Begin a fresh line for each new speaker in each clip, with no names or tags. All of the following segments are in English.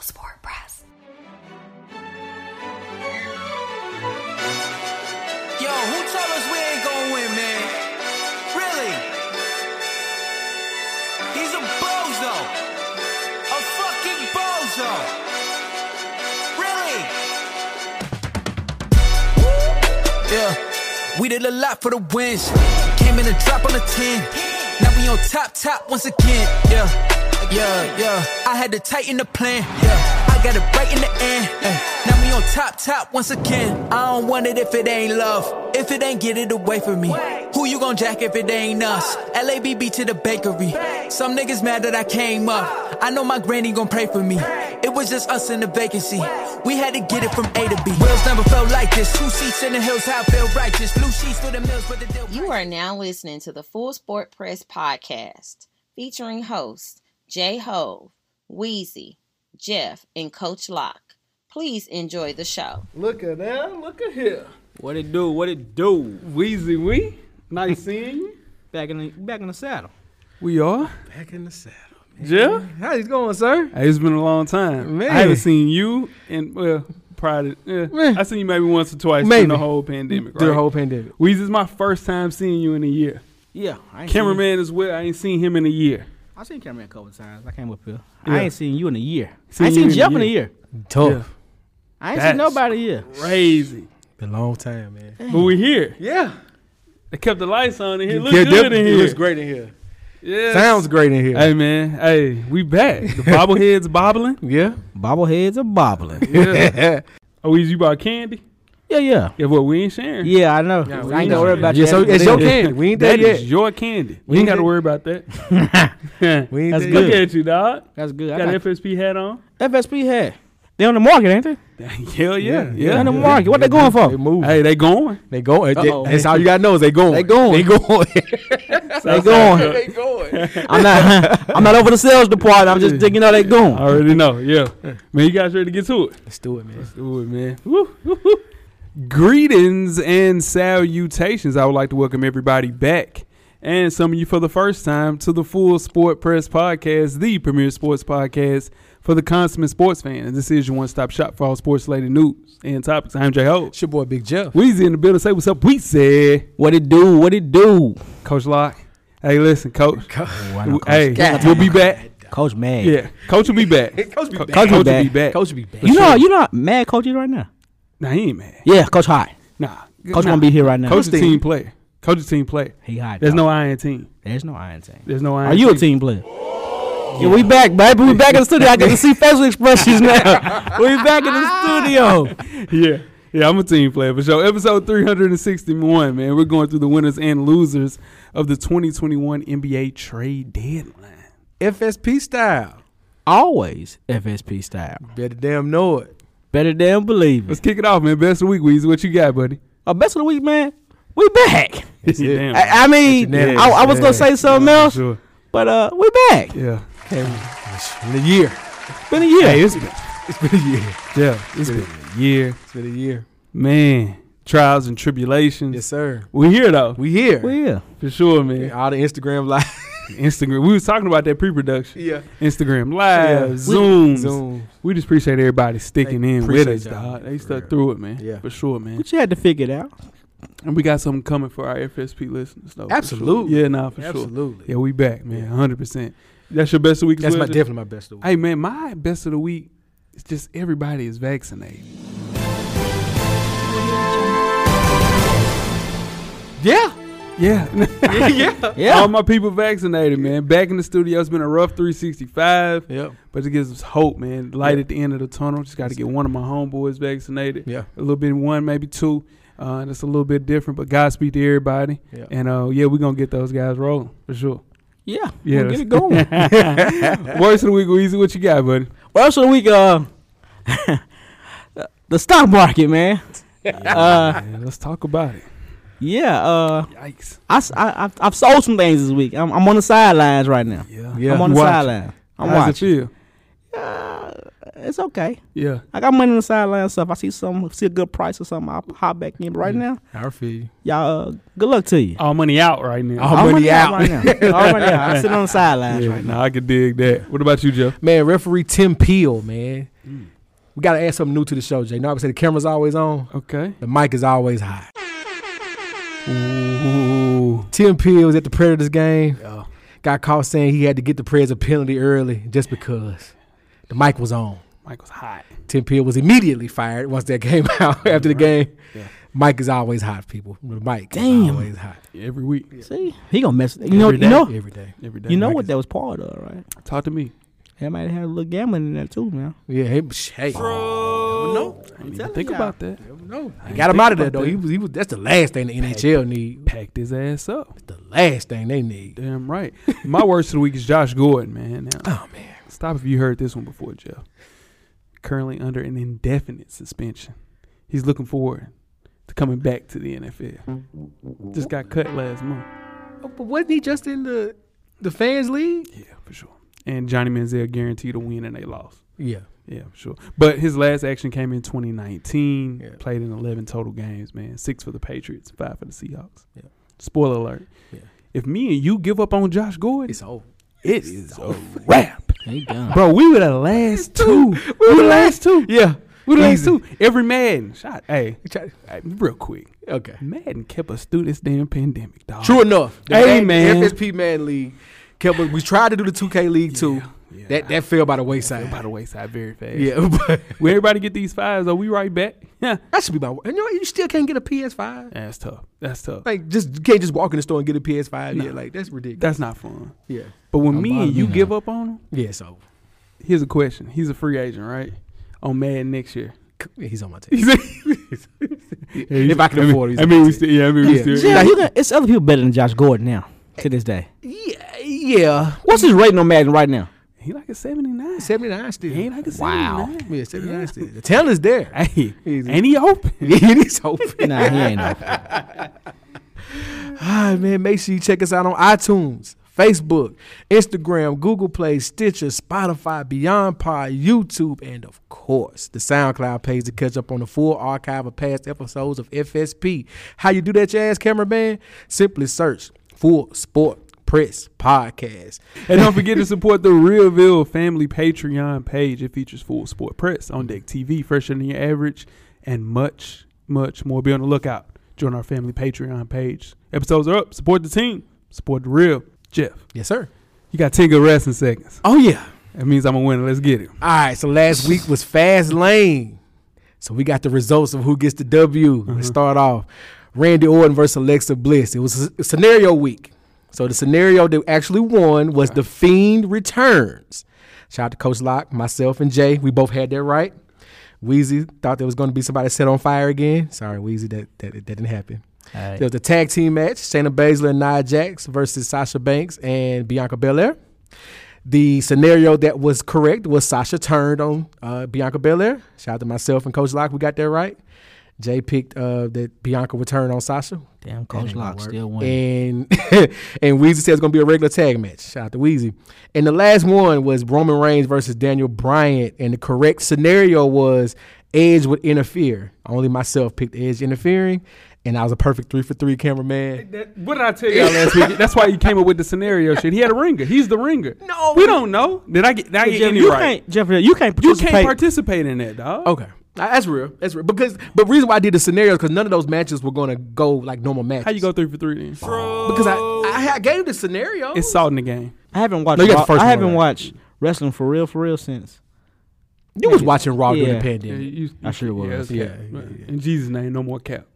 Sport Press.
Yo, who tell us we ain't gonna win, man? Really? He's a bozo. A fucking bozo. Really? Yeah, we did a lot for the wins. Came in a drop on a 10. Now we on top, top once again. Yeah, yeah, yeah. I had to tighten the plan. Yeah, I got it right in the end. Ay, Now we on top, top once again. I don't want it if it ain't love. If it ain't get it away from me. Who you gon' jack if it ain't us? LABB to the bakery. Some niggas mad that I came up. I know my granny gon' pray for me. It was just us in the vacancy. We had to get it from A to B. Wheels never felt like this. Two seats in the hills, how I feel righteous. Blue sheets for the mills, but the deal.
You are now listening to the Full Sport Press podcast featuring hosts Jay Hove, Wheezy, Jeff, and Coach Locke. Please enjoy the show.
Look at that. Look at here.
What it do? What it do?
Weezy Wee. Nice seeing you.
Back in the back in the saddle.
We are.
Back in the saddle.
Jeff.
How's it going, sir?
Hey, it's been a long time.
Man.
I haven't seen you and well, prior to yeah,
Man.
I seen you maybe once or twice during
Maybe.
the whole pandemic. Right?
Through the whole pandemic.
Weezy is my first time seeing you in a year.
Yeah. I ain't Seen,
Cameraman as well. I ain't seen him in a year.
I seen cameraman a couple times. I came up here.
Yeah.
I ain't seen you in a year.
Seen
I ain't
you
seen
in a
Jeff in a
year.
year.
Tough.
Yeah.
I ain't
That's-
seen nobody in a year.
Crazy.
Been a long time, man.
But we here.
Yeah.
They kept the lights on in here. Look
Yeah,
good
that- it
in here.
looks great in here.
Yes.
Sounds great in here.
Hey man. Hey, we back. The bobbleheads bobbling.
Yeah.
Bobbleheads are bobbling.
Yeah. oh, Weezy, you bought candy?
yeah, yeah.
Yeah, well, we ain't sharing.
Yeah, I know.
we
I ain't
know.
gonna worry about
Yeah,
you.
so
after
it's
this.
your candy. We ain't
That
there
is
yet.
your candy. We
We ain't
ain't got to
there-
worry about that.
We ain't
That's
there
Look
yet.
at you, dog.
That's good. I
Got an
got
FSP hat on.
FSP hat. They on the market, ain't they?
Hell yeah, yeah.
They on the
yeah.
market. What they
They
going for?
move.
Hey, they going.
They going. They-
Uh-oh.
that's all you gotta know is they going.
They going.
They going.
They going.
they going.
I'm not. I'm not over the sales department. I'm just thinking how they going.
I already know. Yeah, man, you guys ready to get to it?
Let's do it, man.
Do it, man. Woo, woo, woo. Greetings and salutations. I would like to welcome everybody back. And some of you for the first time to the Full Sport Press Podcast, the premier sports podcast for the consummate sports fan. And this is your one stop shop for all sports related news and topics. I'm Jay Ho.
It's your boy Big Jeff.
Weezy in the building. Say what's up, Weezy.
What it do? What it do?
Coach Locke. Hey, listen, Coach.
Why not, Coach?
Hey, we'll be back.
Coach Mad.
Yeah, Coach will be back.
Coach be
Co-
back.
Coach will
back.
be back.
Coach be back.
You know, you know, how mad coach is right now.
Nah, he ain't mad.
Yeah, coach hot.
Nah,
Coach
nah.
gonna be here right now.
Coach a team player. Coach a team player.
He hot.
There's
dog.
no I in team.
There's no iron team.
There's no I.
Are
in
you a team player? Yeah, we back, baby. We back in the studio. I get to see facial expressions now. we back in the studio.
yeah, yeah. I'm a team player for sure. Episode 361, man. We're going through the winners and losers of the 2021 NBA trade deadline.
FSP style.
Always FSP style.
Better damn know it.
Better damn believe it.
Let's kick it off, man. Best of the week, Weezy. What you got, buddy?
Our best of the week, man. We back.
Yeah, damn.
I, I mean,
That's your
I, I was
name.
gonna say something
For
else,
sure.
but uh, we back.
Yeah,
In a year.
Been a year.
Hey, it's been-
It's been a year.
yeah. It's been a year.
It's been a year.
Man, trials and tribulations.
Yes, sir.
We're here though,
We here.
we here.
for sure, man.
All the Instagram live.
Instagram. We was talking about that pre-production.
yeah.
Instagram live,
Yeah.
Zooms.
Zoom.
We just appreciate everybody sticking
Hey,
in with
appreciate
us,
y'all,
dog.
man,
They
for
stuck
real.
through it, man.
Yeah.
for sure, man.
But you had to figure it out.
And we got something coming for our FSP listeners, though. for sure.
Absolutely.
Yeah, nah, for sure.
Absolutely.
Yeah, we back, man. Hundred percent. That's your best of the week. as
That's my
well, Jeff?
definitely my best of the week.
Hey, man, my best of the week is just everybody is vaccinated.
Yeah.
Yeah. Um,
yeah.
Yeah.
All my people vaccinated, man. Back in the studio, it's been a rough 365.
Yep.
But it gives us hope, man. Light at the end of the tunnel. Just got to get one of my homeboys vaccinated.
Yeah.
A little bit, one, maybe two. Uh, that's a little bit different, but Godspeed to everybody.
Yeah.
And uh, yeah, we're going to get those guys rolling for sure.
Yeah.
Yeah,
We'll get it going.
going. Worst of the week, Weezy. What you got, buddy?
Well, else of the week? Uh, the stock market, man. Uh,
Man, let's talk about it.
yeah. Uh,
Yikes.
I, s- I, have I've sold some things this week. I'm, I'm on the sidelines right now.
Yeah.
Yeah.
I'm on the
Watch.
sideline. I'm
How's
watching.
it feel?
Uh, it's okay.
Yeah.
I got money on the sideline stuff. I see some, see a good price or something. I'll hop back in. But right now,
I feel you.
y'all, uh, good luck to you.
All money out right now.
All
All
money out.
right now. All money out. I'm sitting on the sidelines
yeah,
right now.
nah, I could dig that. What about you, Joe?
Man, referee Tim Peel, man.
Mm.
We got to add something new to the show, Jay. You know, I would say the camera's always on,
Okay.
the mic is always hot.
Ooh.
Tim Peel was at the Predators game.
Yeah.
Got caught saying he had to get the Preds a penalty early just because the mic was on.
Michael's hot.
Tim Peel was immediately fired once that came out after the game. Mike is always hot, people. The mic is
Damn.
always hot
Every week.
See, he gonna mess. You know,
Every day.
you know,
every day.
Every day.
you know
Mike
what
is-
that was part of, right?
Talk to me.
That might have had a little gambling in that too, man.
Yeah, hey, psh, hey. no,
I didn't even
telling
think
y'all.
about that.
no.
I
Got him
didn't
out of there
think about
though. He was, he was. That's the last thing the NHL need.
Packed his ass up.
The last thing they need.
Damn right. My worst of the week is Josh Gordon, man. Now,
Oh man.
Stop if you heard this one before, Jeff. Currently under an indefinite suspension. He's looking forward to coming back to the NFL. Just got cut last month.
Oh, but wasn't he just in the the fans league?
Yeah, for sure. And Johnny Manziel guaranteed a win and they lost.
Yeah.
Yeah, for sure. But his last action came in 2019.
Yeah.
Played in 11 total games, man. Six for the Patriots, five for the Seahawks.
Yeah.
Spoiler alert.
Yeah.
If me and you give up on Josh Gordon,
It's over.
it is a wrap.
They done.
Bro, we were the last two. We were the last two.
Yeah.
We the last
Easy.
two. Every Madden shot. Hey,
He tried-
hey, real quick.
Okay.
Madden kept us through this damn pandemic, dog.
True enough. The
Hey,
Madden-
man.
FSP Madden League. Kept, we tried to do the 2K League too. That that fell by the wayside.
By the wayside, very fast.
yeah, but
When everybody get these fives, though, we right back. Yeah.
that should be my. And you know what? You still can't get a PS5.
That's tough. That's tough.
Like, just you can't just walk in the store and get a PS5.
No.
Yeah, like that's ridiculous.
That's not fun.
yeah,
But when me
bother
and
me
you
now.
give up on him,
yeah. So
here's a question. He's a free agent, right? On Madden next year.
c- he's on my team.
if
I can afford it,
I
he's
mean,
on
we
the
still, yeah, I mean, we
Yeah.
still.
Yeah.
Yeah, you can, it's other people better than Josh Gordon now to this day.
yeah, yeah.
What's his rating on Madden right now?
He like a 79.
Seventy nine still.
He ain't like a
Wow.
79.
yeah, seventy nine still. The talent's there.
Hey,
Easy.
ain't he open?
it is open.
Nah, he ain't open.
All right, Ah, man. Make sure you check us out on iTunes, Facebook, Instagram, Google Play, Stitcher, Spotify, Beyond Pod, YouTube, and of course the SoundCloud page to catch up on the full archive of past episodes of FSP. How you do that, your ass cameraman? Simply search Full Sport Press Podcast. um,
And don't forget to support the Realville Family Patreon page. It features full sport press on deck TV, fresher than your average, and much, much more. Be on the lookout. Join our family Patreon page. Episodes are up. Support the team. Support the real. Jeff,
Yes, sir.
you got 10 good wrestling seconds.
Oh yeah.
That means I'm a winner. Let's get it.
All right, so last week was Fast Lane. So we got the results of who gets the W. Let's start off. Randy Orton versus Alexa Bliss. It was a scenario week. So the scenario that actually won was The Fiend Returns. Shout out to Coach Locke, myself, and Jay. We both had that right. Weezy thought there was going to be somebody set on fire again. Sorry, Weezy, that, that, that didn't happen. There was a tag team match, Shayna Baszler and Nia Jax versus Sasha Banks and Bianca Belair. The scenario that was correct was Sasha turned on uh, Bianca Belair. Shout out to myself and Coach Locke, we got that right. Jay picked uh, that Bianca would turn on Sasha.
Damn, Coach
ain't gonna
Lock
work.
still winning.
And and Weezy said it's gonna be a regular tag match. Shout out to Weezy. And the last one was Roman Reigns versus Daniel Bryant. And the correct scenario was Edge would interfere. Only myself picked Edge interfering, and I was a perfect three for three cameraman.
what did I tell y'all last week? That's why you came up with the scenario shit. He had a ringer. He's the ringer.
No.
We don't know. Did I get, did I get
Jeff,
any
you
right?
can't, Jeffrey. You can't
you can't
participate.
participate in that, dog.
Okay. Uh, That's real. That's real. Because but reason why I did the scenario is because none of those matches were gonna go like normal matches.
How you go three for three then?
Because I, I I gave the scenario.
It's salt in the game.
I haven't watched.
No, you got
Raw-
the first
I
one
haven't
right.
watched wrestling for real, for real since.
you was watching Raw during
Yeah.
the
Yeah,
pandemic.
you,
I sure was.
that's
Yeah,
cap.
yeah,
In Jesus' name, no more cap.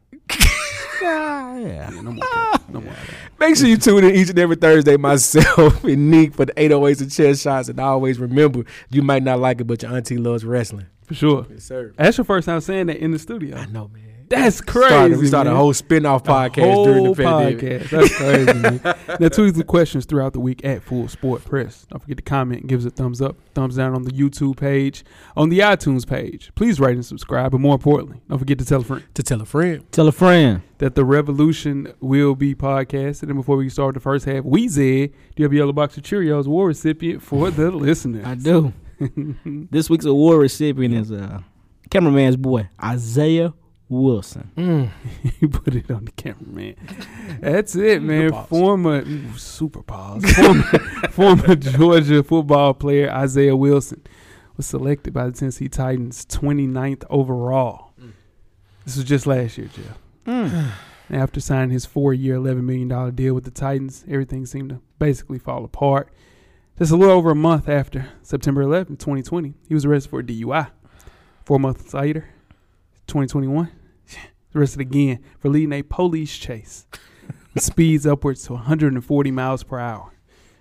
Yeah,
Yeah, no more cap. No more cap.
Make sure you tune in each and every Thursday, myself and Nick for the 808s and chair shots. And always remember, you might not like it, but your auntie loves wrestling.
For sure.
sir.
That's your first time saying that in the studio.
I know, man.
That's crazy.
Started, we started
man.
a whole spin-off podcast during the
Whole
pandemic.
podcast. That's crazy, man. Now, tweet the questions throughout the week at Full Sport Press. Don't forget to comment, give us a thumbs up, thumbs down on the YouTube page, on the iTunes page. Please rate and subscribe, but more importantly, don't forget to tell a friend
To tell a friend.
tell a friend.
that the revolution will be podcasted. And before we start the first half, we said, do you have a yellow box of Cheerios war recipient for the listeners?
I do. this week's award recipient is uh, cameraman's boy Isaiah Wilson.
Mm.
you put it on the camera, man. That's it, man.
pause.
Former ooh, super pause. Former, former Georgia football player Isaiah Wilson was selected by the Tennessee Titans 29th overall. This was just last year, Jeff. And after signing his four-year, $11 million deal with the Titans, everything seemed to basically fall apart. Just a little over a month after September 11, 2020, he was arrested for a DUI. Four months later, 2021, arrested again for leading a police chase with speeds upwards to 140 miles per hour.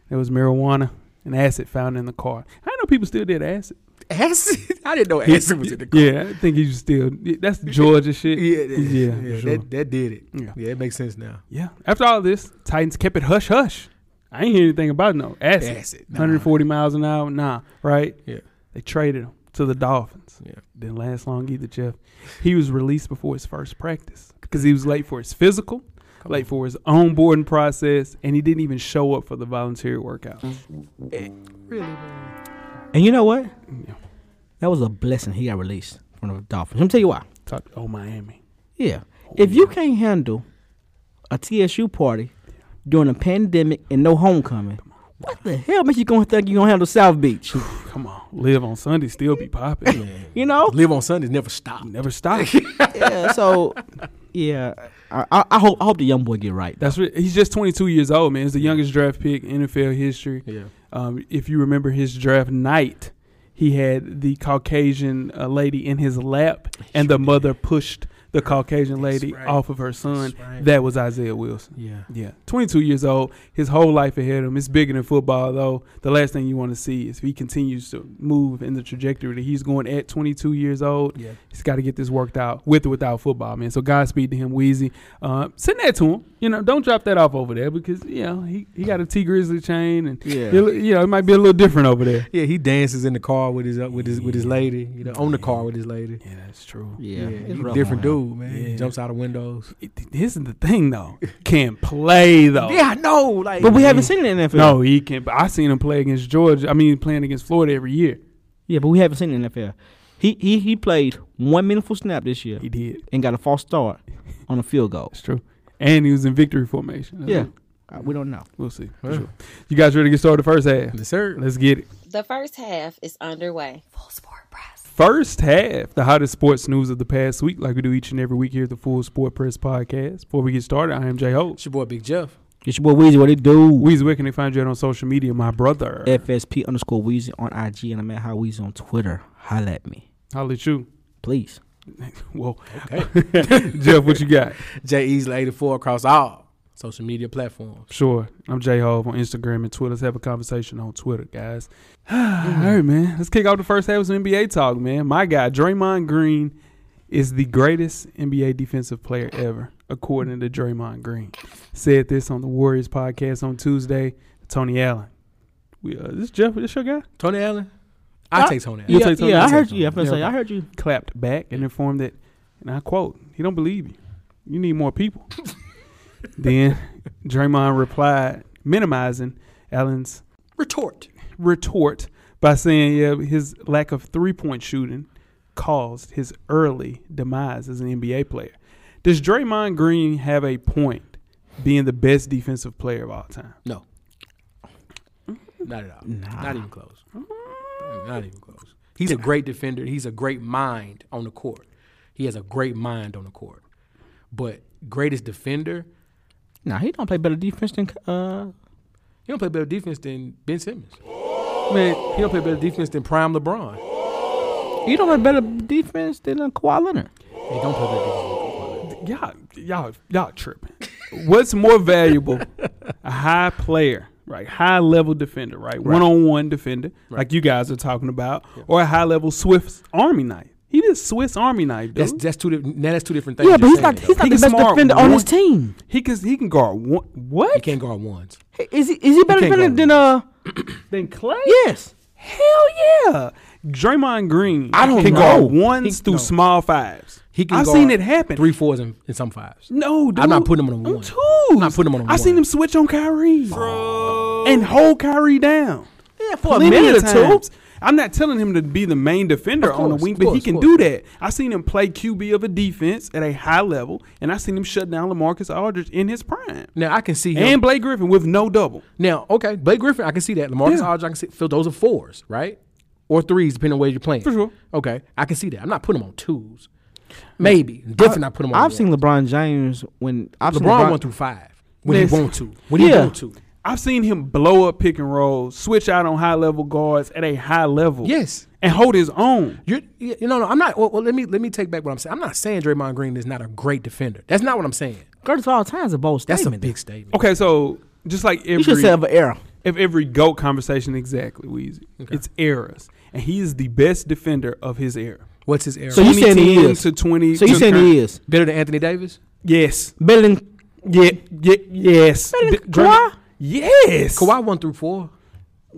There was marijuana and acid found in the car. I know people still did acid.
Acid? I didn't know acid was in the car.
Yeah, I think you still. yeah, That's Georgia shit.
Yeah, that-
Yeah,
yeah,
sure.
that, that did it.
Yeah.
Yeah. it makes sense now.
Yeah. After all this, Titans kept it hush hush. I ain't hear anything about no acid.
Acid, nah.
140 miles an hour. Nah, right?
Yeah.
They traded him to the Dolphins.
Yeah.
Didn't last long either, Jeff. He was released before his first practice because he was late for his physical, late for his own boarding process, and he didn't even show up for the voluntary workout.
And you know what?
Yeah.
That was a blessing he got released from the Dolphins. Let me tell you why.
Talk, oh, Miami.
Oh, Yeah. If you can't handle a TSU party during a pandemic and no homecoming, what the hell makes you gonna think you gonna handle South Beach?
Come on. Live on Sunday, still be popping.
You know?
Live on Sundays never stop.
Never stop.
yeah. So, yeah. I, I, I hope I hope the young boy get right.
That's what, he's just 22 years old, man. He's the youngest draft pick in NFL history.
Yeah.
Um, if you remember his draft night, he had the Caucasian uh, lady in his lap, and the mother pushed the Caucasian lady
right.
off of her son.
right.
That was Isaiah Wilson.
Yeah.
Yeah, 22 years old. His whole life ahead of him. It's bigger than football, though. The last thing you want to see is if he continues to move in the trajectory that he's going at 22 years old.
Yeah.
He's got to get this worked out with or without football, man. So Godspeed to him, Wheezy. Uh, send that to him. You know, don't drop that off over there because you know he, he got a T Grizzly chain and you
Yeah.
know, you know it might be a little different over there.
Yeah, he dances in the car with his uh, with his with his lady, you know, on the car with his lady.
Yeah, that's true.
Yeah.
he's
it's
a
rough
different
on him.
dude, man. He
Yeah.
jumps out of windows.
This is the thing though. Can play though.
Yeah, I know. Like,
But we haven't seen it in the NFL.
No, he can. But I seen him play against Georgia. I mean, playing against Florida every year.
Yeah, but we haven't seen it in the NFL. He he he played one meaningful snap this year
He did.
and got a false start on a field goal.
That's true. And he was in victory formation. That's
Yeah.
it.
Uh, we don't know.
we'll see. for
Yeah.
sure. You guys ready to get started? First half.
Yes, sir.
Let's get it.
The first half is underway.
First half, the hottest sports news of the past week, like we do each and every week here at the Full Sport Press Podcast. Before we get started, I am Jay Holt.
It's your boy Big Jeff.
It's your boy Weezy. What it do?
Weezy, where can they find you at on social media, my brother?
FSP underscore Weezy on IG and I'm at How Weezy on Twitter. Holla at me,
Holla at you.
please.
Well, Jeff, what you got?
J Easley eighty four across all social media platforms.
Sure. I'm Jay Hove on Instagram and Twitter. Let's have a conversation on Twitter, guys. All right, man. Let's kick off the first half with some NBA talk, man. My guy, Draymond Green, is the greatest NBA defensive player ever, according to Draymond Green. Said this on the Warriors podcast on Tuesday. Tony Allen. We, uh, this Jeff, this your guy?
Tony Allen. I
I-
take Tony Allen.
You
yeah,
take something,
yeah,
you
I
take
heard you. Yeah, I'm
something.
gonna say
Yeah.
I heard you.
clapped back and informed that, and I quote, he don't believe you. You need more people. then Draymond replied, minimizing Allen's
Retort.
retort by saying, yeah, his lack of three point shooting caused his early demise as an NBA player. Does Draymond Green have a point being the best defensive player of all time?
No. Not at all. Not even close. Not even close. He's a great defender. He's a great mind on the court. He has a great mind on the court. But greatest defender,
Nah, he don't play better defense than uh.
he don't play better defense than Ben Simmons. Man, he don't play better defense than prime LeBron.
He don't play better defense than uh, Kawhi Leonard.
He don't play better defense than LeBron.
y'all, y'all, y'all tripping. What's more valuable, a high player, right? High level defender, right? One on one defender, like you guys are talking about, or a high level Swiss Army knife. He did Swiss Army knife, dude.
That's that's two. di- Now that's two different things. you're
Yeah, but he's
saying,
not.
though.
He's not
He
the
can
best
smart
defender on his
one-
team.
he can he can guard one. What?
He can't guard ones.
Is he? Is he better
can't go-
than, than uh?
Then Clay?
Yes.
Hell yeah. Draymond Green
I don't
can
know.
guard ones
He-
through
no.
small fives.
He can.
I've
guard
seen it happen.
Three fours and, and some fives.
No, dude.
I'm not putting him on a
On
one.
twos.
I'm not putting him on a
I seen
one.
him switch on Kyrie and hold Kyrie down.
Yeah, for
Plenty
a minute
of
or two.
times. I'm not telling him to be the main defender
Of
on the
course,
wing,
of
but he
course,
can
of
do
course.
that. I seen him play QB of a defense at a high level, and I seen him shut down Lamarcus Aldridge in his prime
Now I can see him.
and Blake Griffin with no double.
Now, okay, Blake Griffin, I can see that. Lamarcus
Yeah.
Aldridge, I can see. Phil, those are fours, right? or threes, depending on where you're playing.
For sure.
Okay, I can see that. I'm not putting them on twos. Maybe definitely not put them on.
I've seen LeBron James when I've seen
LeBron one through five when
Listen.
he want to. When he
Yeah.
want to.
I've seen him blow up pick and rolls, switch out on high level guards at a high level.
Yes.
And hold his own.
You're, you you know, no, I'm not. Well, well, let me let me take back what I'm saying. I'm not saying Draymond Green is not a great defender. That's not what I'm saying.
Curtis all times a bold
That's
statement.
a big statement.
Okay, so just like every
You should have an era.
if every GOAT conversation exactly, Weezy. It's eras. And he is the best defender of his era.
What's his era?
So you saying he
2010
is?
to 20
So you
to
saying
current.
he is
better than Anthony Davis?
Yes.
better than
Yeah, yeah, yes.
Better than
D- Dray-
Kawhi?
Yes.
Kawhi one through four.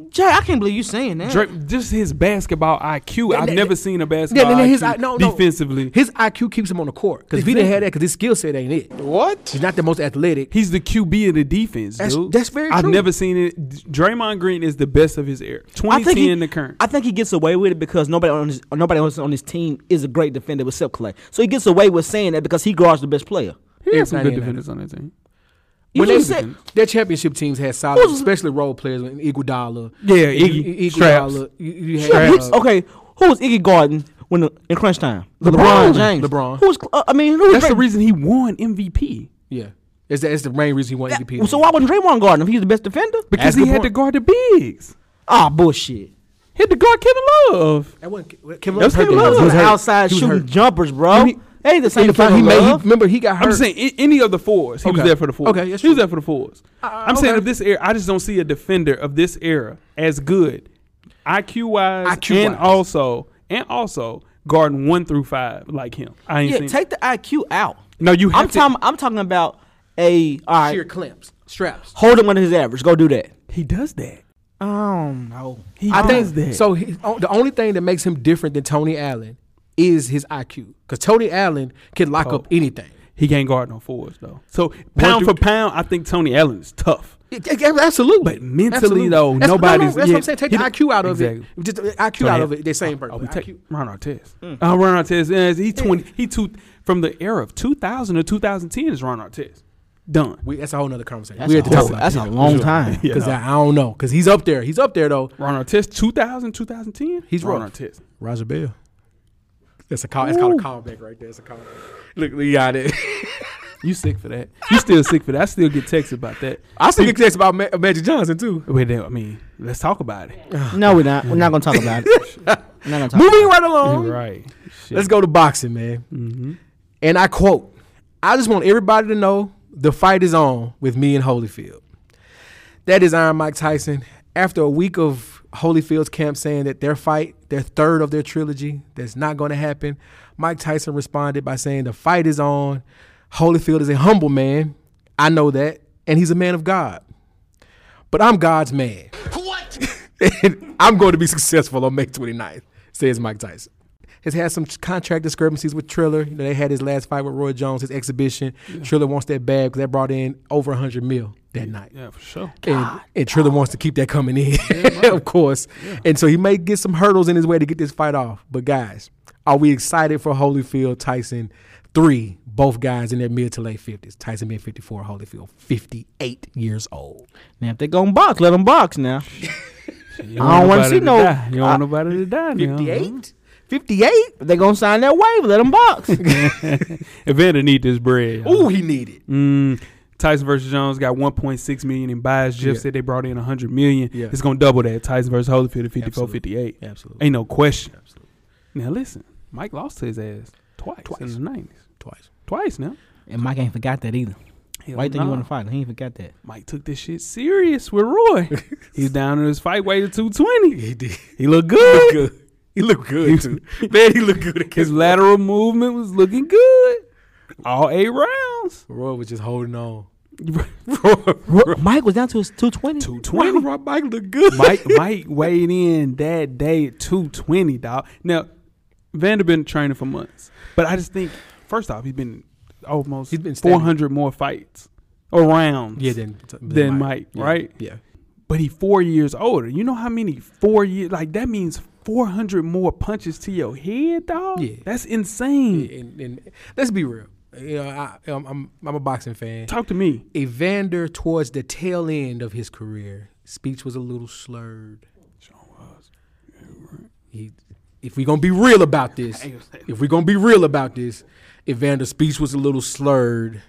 Jay? I can't believe you saying that.
Dray- just his basketball IQ. I've
that-
never seen
Yeah,
a basketball
then his I-
IQ
no, no.
defensively.
His IQ keeps him on the court. Because if he didn't have that, because his skill set ain't it.
What?
He's not the most athletic.
He's the QB of the defense,
That's-
dude.
that's very
I've
true.
never seen it. D- Draymond Green is the best of his era.
I
2010
think he,
to current.
I think he gets away with it because nobody on his nobody else on his team is a great defender except Clay. So he gets away with saying that because he guards the best player.
he has some
not
good
in that.
defenders on that team.
You
When they,
just said
their championship teams had solid, especially role players, like Iguodala.
Yeah,
You-
Iggy-
you-
Straps.
Iguodala. You, you had,
Yeah,
uh,
who's- okay. Who was Iggy Garden when the, in crunch time?
LeBron.
James.
LeBron.
Who's uh, I mean, who was
That's the
great-
reason he won MVP.
Yeah, it's the, it's the main reason he won E MVP.
So why wasn't Draymond guarding him? He's the best defender.
Because
That's a
he
good
had
point.
to guard the bigs.
Ah, bullshit.
He had to guard Kevin Love.
That wasn't Ke- Kevin
That was
Love. hurt
Kevin
that year.
Love.
He
He was
was
hurt.
outside
He was
shooting
hurt.
jumpers, bro.
He-
Hey, the
He
same
made-
Kevin
he made- he-
Love.
remember he got hurt.
I'm just saying a- any of the fours. He was
Okay.
there for the fours.
Okay, that's
he
true.
was
Uh,
there for the fours. I'm
okay.
saying of this era, I just don't see a defender of this era as good, IQ wise,
IQ
and
wise.
also and also guarding one through five like him. I ain't
Yeah,
seen.
take the IQ out.
no, you have
I'm
to.
talking. I'm talking about a all right.
sheer clamps, straps.
Hold him under his average. Go do that.
he does that.
Oh no.
He
I
does
think
that.
so. He, oh, the only thing that makes him different than Tony Allen is his IQ, because Tony Allen can lock up anything.
he can't guard no fours though. So pound for pound, I think Tony Allen is tough.
Yeah, yeah, Absolutely.
But mentally,
Absolutely.
though,
That's- no, no,
nobody's-
that's
yeah,
what I'm saying. Take
he
the
don't-
IQ out of
Exactly.
it. Just the IQ out of it. They're same person. Mm.
Oh, we
IQ.
take Ron Artest. Uh, Ron Artest. yeah, he twenty. He two from the era of 2000 to 2010 is Ron Artest. Done.
We, that's a whole nother conversation.
That's
we
a,
have to talk
whole,
about
that's
that.
a long time.
Yeah.
Because I, I don't know. Because he's up there. He's up there though.
Ron Artest, 2000, 2010.
He's
Ron
rough.
Artest.
Roger Bell. That's a call. That's called a callback right there. It's a callback. Look, you got it.
You sick for that? You still sick for that? I still get texts about that.
I still get texts about Ma- Magic Johnson too.
Wait, I mean, let's talk about it.
No, we're not. We're not gonna talk about it. We're not gonna talk.
Moving right along.
right. Shit.
Let's go to boxing, man. And I quote: "I just want everybody to know the fight is on with me and Holyfield." That is Iron Mike Tyson. After a week of Holyfield's camp saying that their fight, their third of their trilogy, that's not going to happen, Mike Tyson responded by saying, The fight is on. Holyfield is a humble man. I know that. And he's a man of God. But I'm God's man. What? and I'm going to be successful on May 29th, says Mike Tyson. Has had some contract discrepancies with Triller. You know, they had his last fight with Roy Jones, his exhibition. Triller wants that bag because that brought in over 100 mil that night
Yeah, for sure.
and, and Triller wants to keep that coming in, of course. And so he may get some hurdles in his way to get this fight off. But guys, are we excited for Holyfield Tyson three? Both guys in their mid to late fifties. Tyson being fifty four, Holyfield fifty eight years old.
Now if they gonna box, let them box now.
You
I
want
don't wanna
nobody
see
to
no-
die. You don't want nobody to die. now, huh?
Fifty eight. Fifty eight.
If they gonna sign that waiver, let them box.
Evander need this bread. y'all.
Ooh, he needed.
Mm, Tyson versus Jones got 1.6 million in buys. Jeff
Yeah.
said they brought in 100 million.
Yeah.
It's gonna double that. Tyson versus Holyfield at 54,
Absolutely.
58.
Absolutely.
Ain't no question. Now listen, Mike lost to his ass twice,
Twice.
in the 90s.
Twice.
Twice now.
and Mike ain't forgot that either.
Hell
Why you think
nah.
he wanna fight? He ain't forgot that.
Mike took this shit serious with Roy. He's down in his fight weight of 220.
He did.
He looked good.
He looked good too. Man, he looked good
His
against
lateral movement was looking good. All eight rounds.
Roy was just holding on.
Mike was down to his two twenty.
220.
Roy Mike looked good.
Mike Mike weighed in that day at 220, dog. Now, Vander been training for months. But I just think, first off, he's been almost
He's been steady.
400 more fights or rounds
Yeah, then
than Mike,
Yeah,
right?
Yeah.
But he four years older. You know how many four years, like that means 400 more punches to your head, dog?
Yeah.
That's insane.
and, and let's be real. You know, I, I'm, I'm I'm a boxing fan.
Talk to me.
Evander, towards the tail end of his career, speech was a little slurred. he, if we're gonna be real about this, if we're gonna be real about this, Evander's speech was a little slurred.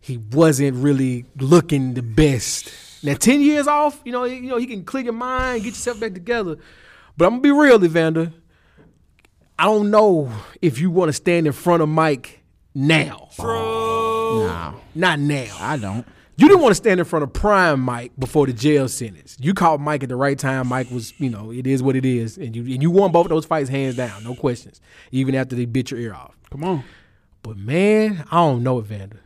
He wasn't really looking the best. Now, ten years off, you know, you know, he can clear your mind, get yourself back together. But I'm gonna be real, Evander. I don't know if you want to stand in front of Mike now.
Nah,
Not now.
I don't.
You didn't want to stand in front of prime Mike before the jail sentence. You caught Mike at the right time. Mike was, you know, it is what it is, and you and you won both of those fights hands down, no questions. Even after they bit your ear off.
Come on.
But man, I don't know, Evander.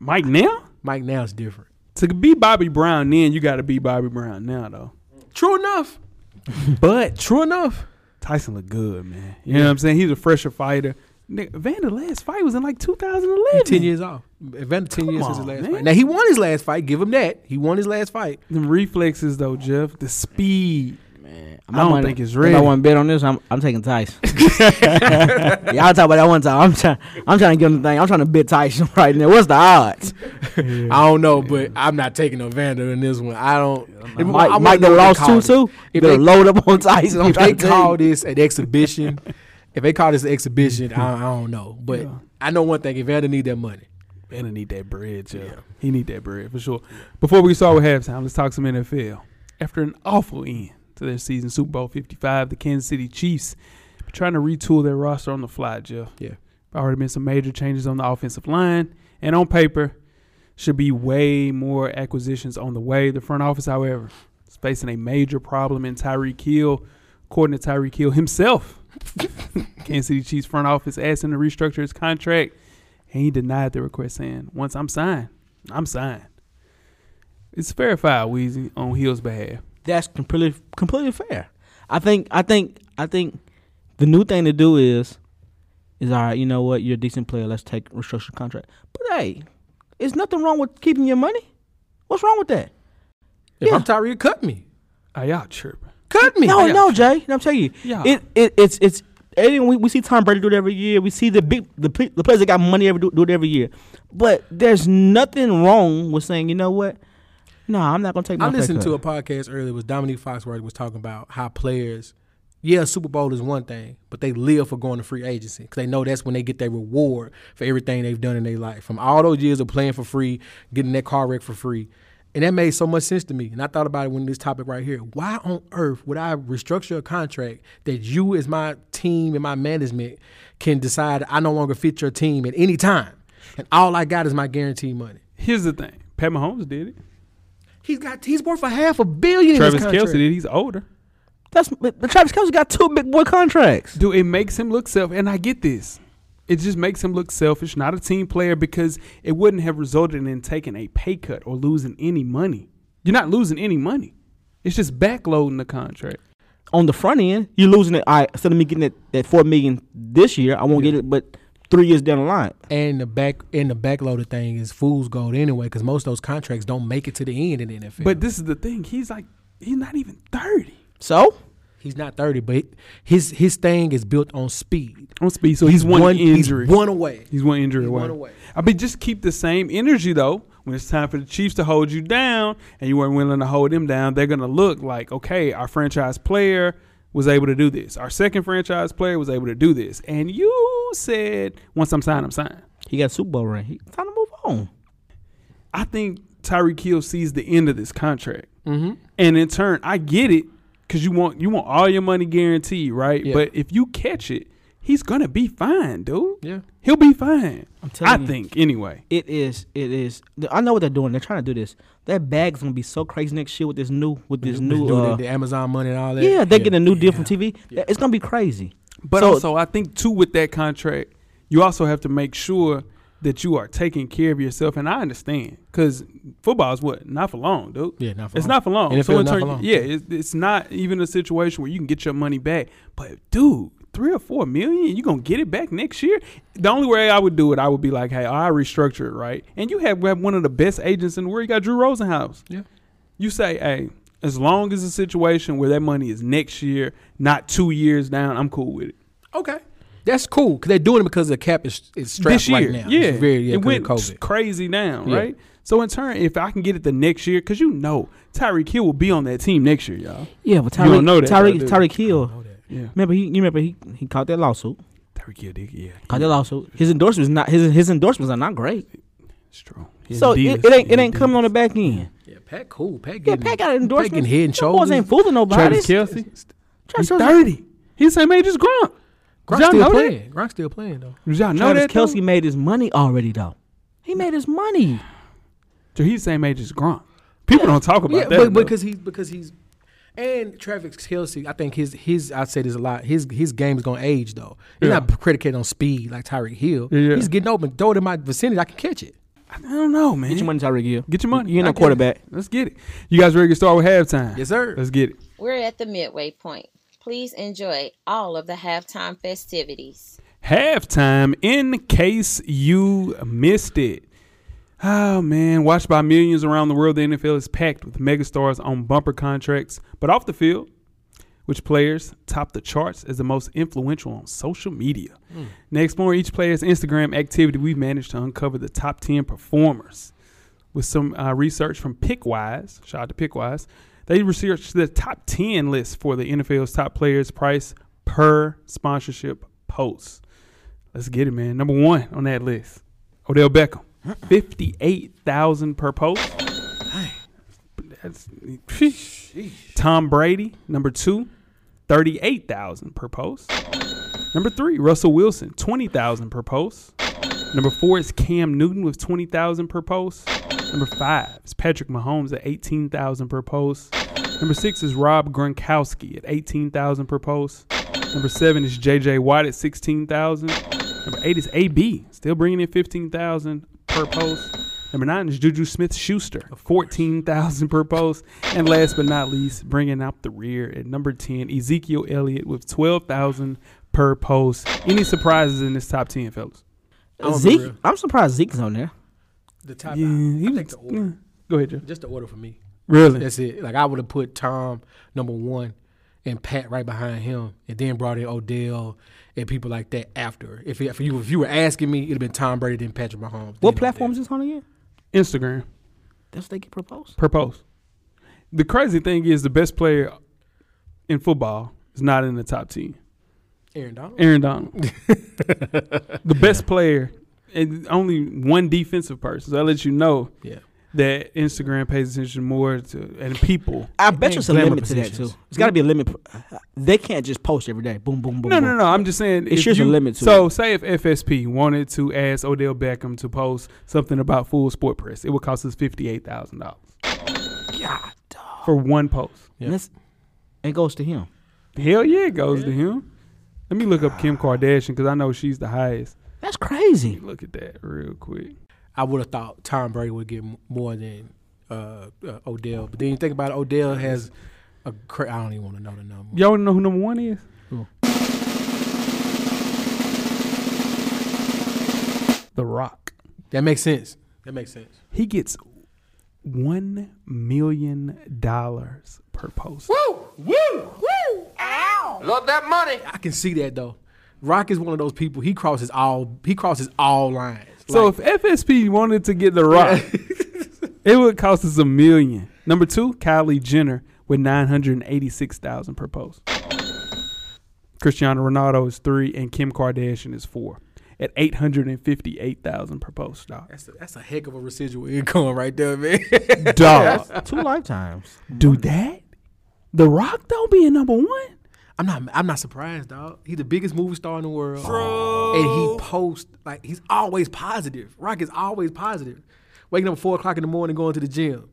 Mike now?
Mike now is different.
To be Bobby Brown then, you got to be Bobby Brown now, though.
True enough. but true enough.
Tyson look good, man. You know what I'm saying? He's a fresher fighter. Nigga, Vander last fight was in like 2011.
Ten years off. Evander ten years since his
on,
last
man.
fight. Now he won his last fight. Give him that. He won his last fight.
The reflexes though, Jeff. The speed.
I'm
I don't
gonna-
think it's
if
ready.
I want to bet on this. I'm, I'm taking Tyson. yeah, I'll talk about that one time. I'm trying. I'm trying to give him the thing. I'm trying to bet Tyson right now. What's the odds?
I don't know, but I'm not taking Evander in this one. I don't. I- I wanna
Mike, Mike
know
done
what they
lost
called
two
it.
two.
If
Better
they-
load up on Tyson. I'm
if they
trying to tell
call
you.
this an exhibition, if they call this an exhibition, I, I don't know. But I know one thing: Evander need that money.
Vander need that bread, Jeff. He need that bread for sure. Before we start with halftime, let's talk some NFL. After an awful end to their season, Super Bowl 55, the Kansas City Chiefs are trying to retool their roster on the fly, Jeff.
Yeah.
Already been some major changes on the offensive line, and on paper, should be way more acquisitions on the way. The front office, however, is facing a major problem in Tyreek Hill. According to Tyreek Hill himself, Kansas City Chiefs front office asked him to restructure his contract, and he denied the request, saying, "Once I'm signed, I'm signed." It's fair foul, Weezy, on Hill's behalf.
that's completely completely fair. I think I think I think the new thing to do is is all right. You know what? You're a decent player. Let's take restructured contract. But hey, it's nothing wrong with keeping your money. What's wrong with that?
If
Yeah.
I'm Tyreek, cut me, Ah,
Are y'all chirping?
cut me.
No, no, Jay. I'm telling you,
Yeah.
it, it it's it's. And we, we see Tom Brady do it every year. We see the big the, pl- the players that got money ever do, do it every year. But there's nothing wrong with saying, you know what? No, I'm not gonna take my.
I
pay
listened
cut.
to a podcast earlier. Was Dominique Foxworthy was talking about how players, yeah, Super Bowl is one thing, but they live for going to free agency because they know that's when they get their reward for everything they've done in their life, from all those years of playing for free, getting that car wreck for free. And that made so much sense to me. And I thought about it when this topic right here. Why on earth would I restructure a contract that you, as my team and my management, can decide I no longer fit your team at any time? And all I got is my guaranteed money.
Here's the thing: Pat Mahomes did it.
He's got he's worth a half a billion. in
Travis
his contract.
Kelsey did. it. He's older.
That's but Travis Kelsey got two big boy contracts.
Dude, it makes him look self, and I get this. It just makes him look selfish, not a team player, because it wouldn't have resulted in taking a pay cut or losing any money. You're not losing any money. It's just backloading the contract.
on the front end, you're losing it. All right, instead of me getting that, that four million this year, I won't get it, but three years down the line.
And the back and the backloaded thing is fool's gold anyway, because most of those contracts don't make it to the end in the NFL.
But this is the thing. He's like, he's not even 30
So
he's not thirty, but his his thing is built on speed.
on speed, so he's one, injury.
He's one away.
He's one injury
He's
away.
one away.
I mean, just keep the same energy though. When it's time for the Chiefs to hold you down, and you weren't willing to hold them down, they're gonna look like, okay, our franchise player was able to do this. Our second franchise player was able to do this, and you said, once I'm signed, I'm signed.
he got a Super Bowl ring. He time to move on.
I think Tyreek Hill sees the end of this contract,
Mm-hmm.
and in turn, I get it because you want you want all your money guaranteed, right?
Yeah.
But if you catch it, he's gonna be fine, dude.
Yeah.
he'll be fine.
I'm telling
I
you.
think anyway.
It is. It is. th- I know what they're doing. They're trying to do this. That bag's gonna be so crazy next year with this new with this
He's
new.
doing
uh,
the, the Amazon money and all that.
yeah, they're getting a new deal from TV. That- It's gonna be crazy.
But
So-
also, I think too with that contract, you also have to make sure that you are taking care of yourself. And I understand because football is what not for long, dude.
Yeah, not for
it's
long.
not for long.
NFL
in
not for
turn-
long.
yeah, it's, it's not even a situation where you can get your money back. But dude, three or four million, you gonna get it back next year? The only way I would do it, I would be like, hey, I restructure it right. And you have, have one of the best agents in the world. You got Drew Rosenhaus.
Yeah.
You say, hey. As long as the situation where that money is next year, not two years down, I'm cool with it
Okay. That's cool because they're doing it because the cap is, is strapped
this year.
right now.
Yeah,
It's very, yeah
it
'cause of
went
COVID.
crazy now,
Yeah.
right? So in turn, if I can get it the next year, because you know Tyreek Hill will be on that team next year, y'all.
Yeah, but
You don't
Tyreek
know that,
Tyreek
though, do you?
Tyreek Hill
Yeah.
Remember he you remember he, he caught that lawsuit.
Tyreek Hill did, yeah.
Caught that lawsuit. His endorsements not his his endorsements are not great.
It's true.
so it, it ain't it ain't coming on the back end.
Yeah, Pat cool. Pat
Yeah,
getting,
Pat got an endorsement.
getting head and
Them boys
shoulders.
ain't fooling nobody.
Travis Kelsey.
Travis
He's
Kelce-
thirty. He's the same age as Gronk.
Gronk's
Y'all
still
know that?
playing. Gronk's still playing though.
Did y'all know
Travis
that? though?
Kelsey made his money already though. He made his money.
So he's the same age as Gronk. People don't talk about
Yeah,
that.
but
enough.
because he's because he's and Travis Kelsey, I think his his I say this a lot. His his game's gonna age though. He's
Yeah.
not predicated on speed like Tyreek Hill.
Yeah, yeah.
He's getting open. Throw it in my vicinity, I can catch it.
I don't know, man.
Get your money, Tyreek Hill.
Get your money.
You ain't
I
no
get it.
quarterback.
Let's get it. You guys ready to start with halftime?
Yes, sir.
Let's get it.
We're at the midway point. Please enjoy all of the halftime festivities.
Halftime, in case you missed it. Oh man, watched by millions around the world, the NFL is packed with megastars on bumper contracts. But off the field, which players top the charts as the most influential on social media? Now explore each player's Instagram activity, we've managed to uncover the top 10 performers. With some uh, research from Pickwise, shout out to Pickwise, they researched the top 10 list for the NFL's top players' price per sponsorship post. Let's get it, man. Number one on that list, Odell Beckham, fifty-eight thousand per post. That's, Tom Brady, number two, thirty-eight thousand per post. Number three, Russell Wilson, twenty thousand per post. Number four is Cam Newton with twenty thousand per post. Number five is Patrick Mahomes at eighteen thousand per post. Number six is Rob Gronkowski at eighteen thousand per post. Number seven is J.J. Watt at sixteen thousand. Number eight is A.B. still bringing in fifteen thousand per post. Number nine is Juju Smith-Schuster, fourteen thousand per post. And last but not least, bringing out the rear at number ten, Ezekiel Elliott with twelve thousand per post. Any surprises in this top ten, fellas?
I'ma be
Zeke,
real.
I'm surprised Zeke's on there.
The top.
Yeah, he
I
was-
think the order.
yeah. Go ahead, Joe.
Just the order for me.
Really?
That's it. Like I would have put Tom number one and Pat right behind him, and then brought in Odell and people like that after. If, if you if you were asking me, it'd have been Tom Brady then Patrick Mahomes.
What
then
platform is
Odell.
this on again?
Instagram
That's what they get proposed.
per post. The crazy thing is, the best player in football is not in the top ten.
Aaron Donald.
Aaron Donald, the best player, and only one defensive person. So that lets you know
Yeah.
that Instagram pays attention more to and people.
I bet you it's a
glamour
limit to that too.
positions.
It's got to be a limit. uh, They can't just post every day. Boom, boom, boom.
No,
boom.
no, no. I'm just saying
It's
if
just a
you-
limit to
so say if FSP wanted to ask Odell Beckham to post something about full sport press, it would cost us fifty eight thousand dollars
God, dog.
for one post.
And that's- It goes to him.
Hell yeah, it goes to him. Let me look up Kim Kardashian because I know she's the highest.
That's
Let
crazy.
me Look at that real quick.
I would have thought Tom Brady would get m- more than uh, uh, Odell, but then you think about it, Odell has a cra- I don't even want to know the number.
Y'all wanna know who number one is?
Who?
The Rock.
That makes sense. That makes sense.
He gets one million dollars per post.
I can see that though. Rock is one of those people. He crosses all he crosses all lines.
So
Like,
if FSP wanted to get The Rock, it would cost us a million. Number two, Kylie Jenner with nine hundred and eighty-six thousand per post. Cristiano Ronaldo is three, and Kim Kardashian is four at eight hundred and fifty-eight thousand per post. Dog,
that's a, that's a heck of a residual income right there, man.
dog,
Two lifetimes.
do that. The Rock though being number one.
I'm not. I'm not surprised, dog. He's the biggest movie star in the world, and he posts like he's always positive. Rock is always positive. Waking up at four o'clock in the morning, going to the gym.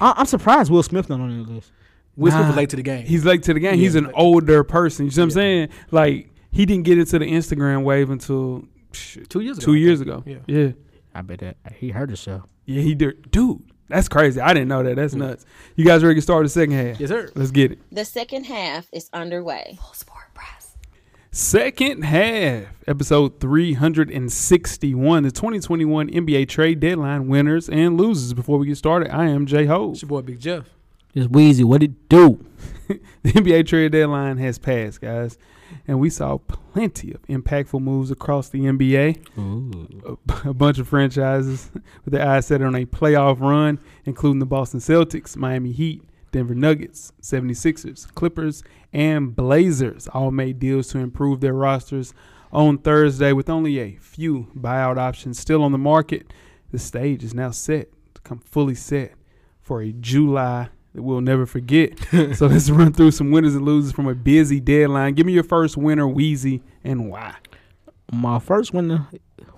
I, I'm surprised Will Smith not on the list.
Will Smith
Nah.
was late to the game.
He's late to the game. He's
Yeah.
an older person. You see what I'm saying? Like he didn't get into the Instagram wave until psh,
Two years ago,
Two
I
years
think.
ago.
Yeah.
yeah.
I bet that uh, he hurt himself.
Yeah, he did. Dude, that's crazy. I didn't know that. That's nuts. You guys ready to start the second half?
Yes, sir.
Let's get it.
The second half is underway.
Second half, episode 361, the 2021 NBA trade deadline winners and losers. Before we get started, I am J Ho.
it's your boy Big Jeff.
It's Wheezy. What it do?
The NBA trade deadline has passed, guys, and we saw plenty of impactful moves across the NBA. A, a bunch of franchises with their eyes set on a playoff run, including the Boston Celtics, Miami Heat, Denver Nuggets, 76ers, Clippers, and Blazers all made deals to improve their rosters on Thursday with only a few buyout options still on the market. The stage is now set to come fully set for a July that we'll never forget. so let's run through some winners and losers from a busy deadline. Give me your first winner, Wheezy, and why.
My first winner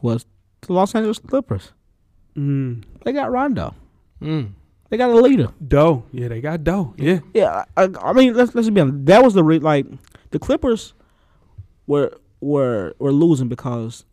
was the Los Angeles Clippers.
Hmm.
Mm.
They got Rondo. They got a leader.
Doe. Yeah, they got Doe. Yeah.
Yeah, I, I- I mean, let's let's be honest. That was the re- like the Clippers were were were losing because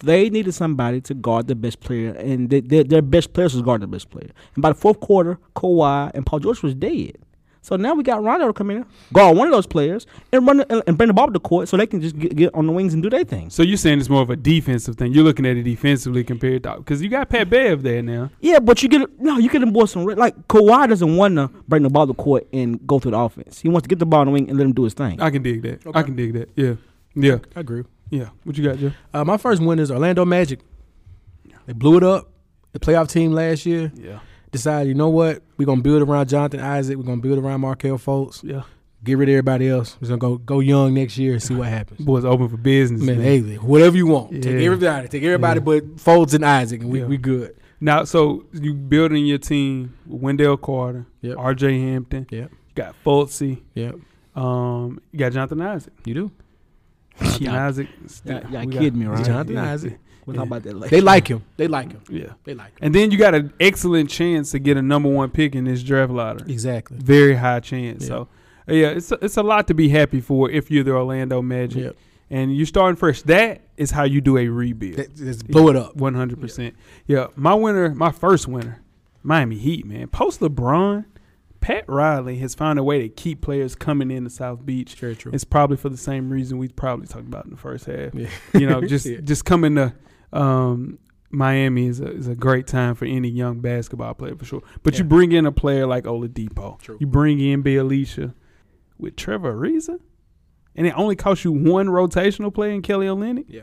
they needed somebody to guard the best player, and they, their their best players was guarding the best player. And by the fourth quarter, Kawhi and Paul George was dead. So now we got Rondo to come in, guard one of those players, and run the, and bring the ball to the court so they can just get, get on the wings and do their things.
So you're saying it's more of a defensive thing. You're looking at it defensively compared to because you got Pat Bev there now.
Yeah, but you get no, you get them boys some re- like Kawhi doesn't want to bring the ball to the court and go through the offense. He wants to get the ball on the wing and let him do his thing.
I can dig that. I can dig that. Yeah, yeah,
I agree.
yeah. What you got, Joe?
Uh, my first win is Orlando Magic. They blew it up. The playoff team last year
Yeah,
decided, you know what? We're gonna build around Jonathan Isaac. We're gonna build around Markel Fultz.
yeah.
Get rid of everybody else. We're gonna go go young next year and see what happens.
Boys open for business.
Man,
man.
hey, whatever you want. Take
Yeah.
everybody. Take everybody but Folds and Isaac, and we,
Yeah.
we good.
Now, so you building your team with Wendell Carter,
Yep.
R.J. Hampton.
Yep.
You got Fultzy.
Yep.
Um, you got Jonathan Isaac.
You do.
Jonathan
Y'all-
Isaac.
y'all- y'all
we got-
kidding me, right?
Jonathan
yeah,
Isaac.
We'll talk about that later.
They like him. They like him.
Yeah.
They like him.
And then you got an excellent chance to get a number one pick in this draft lottery.
Exactly.
Very high chance.
Yeah.
So, uh, yeah, it's a, it's a lot to be happy for if you're the Orlando Magic
Yep.
and you're starting fresh. That is how you do a rebuild.
That, just blow it up.
One hundred percent. Yeah, my winner, my first winner, Miami Heat, man. Post LeBron, Pat Riley has found a way to keep players coming into South Beach.
Very true.
It's probably for the same reason we probably talked about in the first half.
Yeah.
You know, just
Yeah.
just coming to um, Miami is a, is a great time for any young basketball player for sure. But you
Yeah.
bring in a player like Oladipo.
True.
You bring in Bealisha with Trevor Ariza, and it only costs you one rotational player in Kelly Olynyk.
Yeah.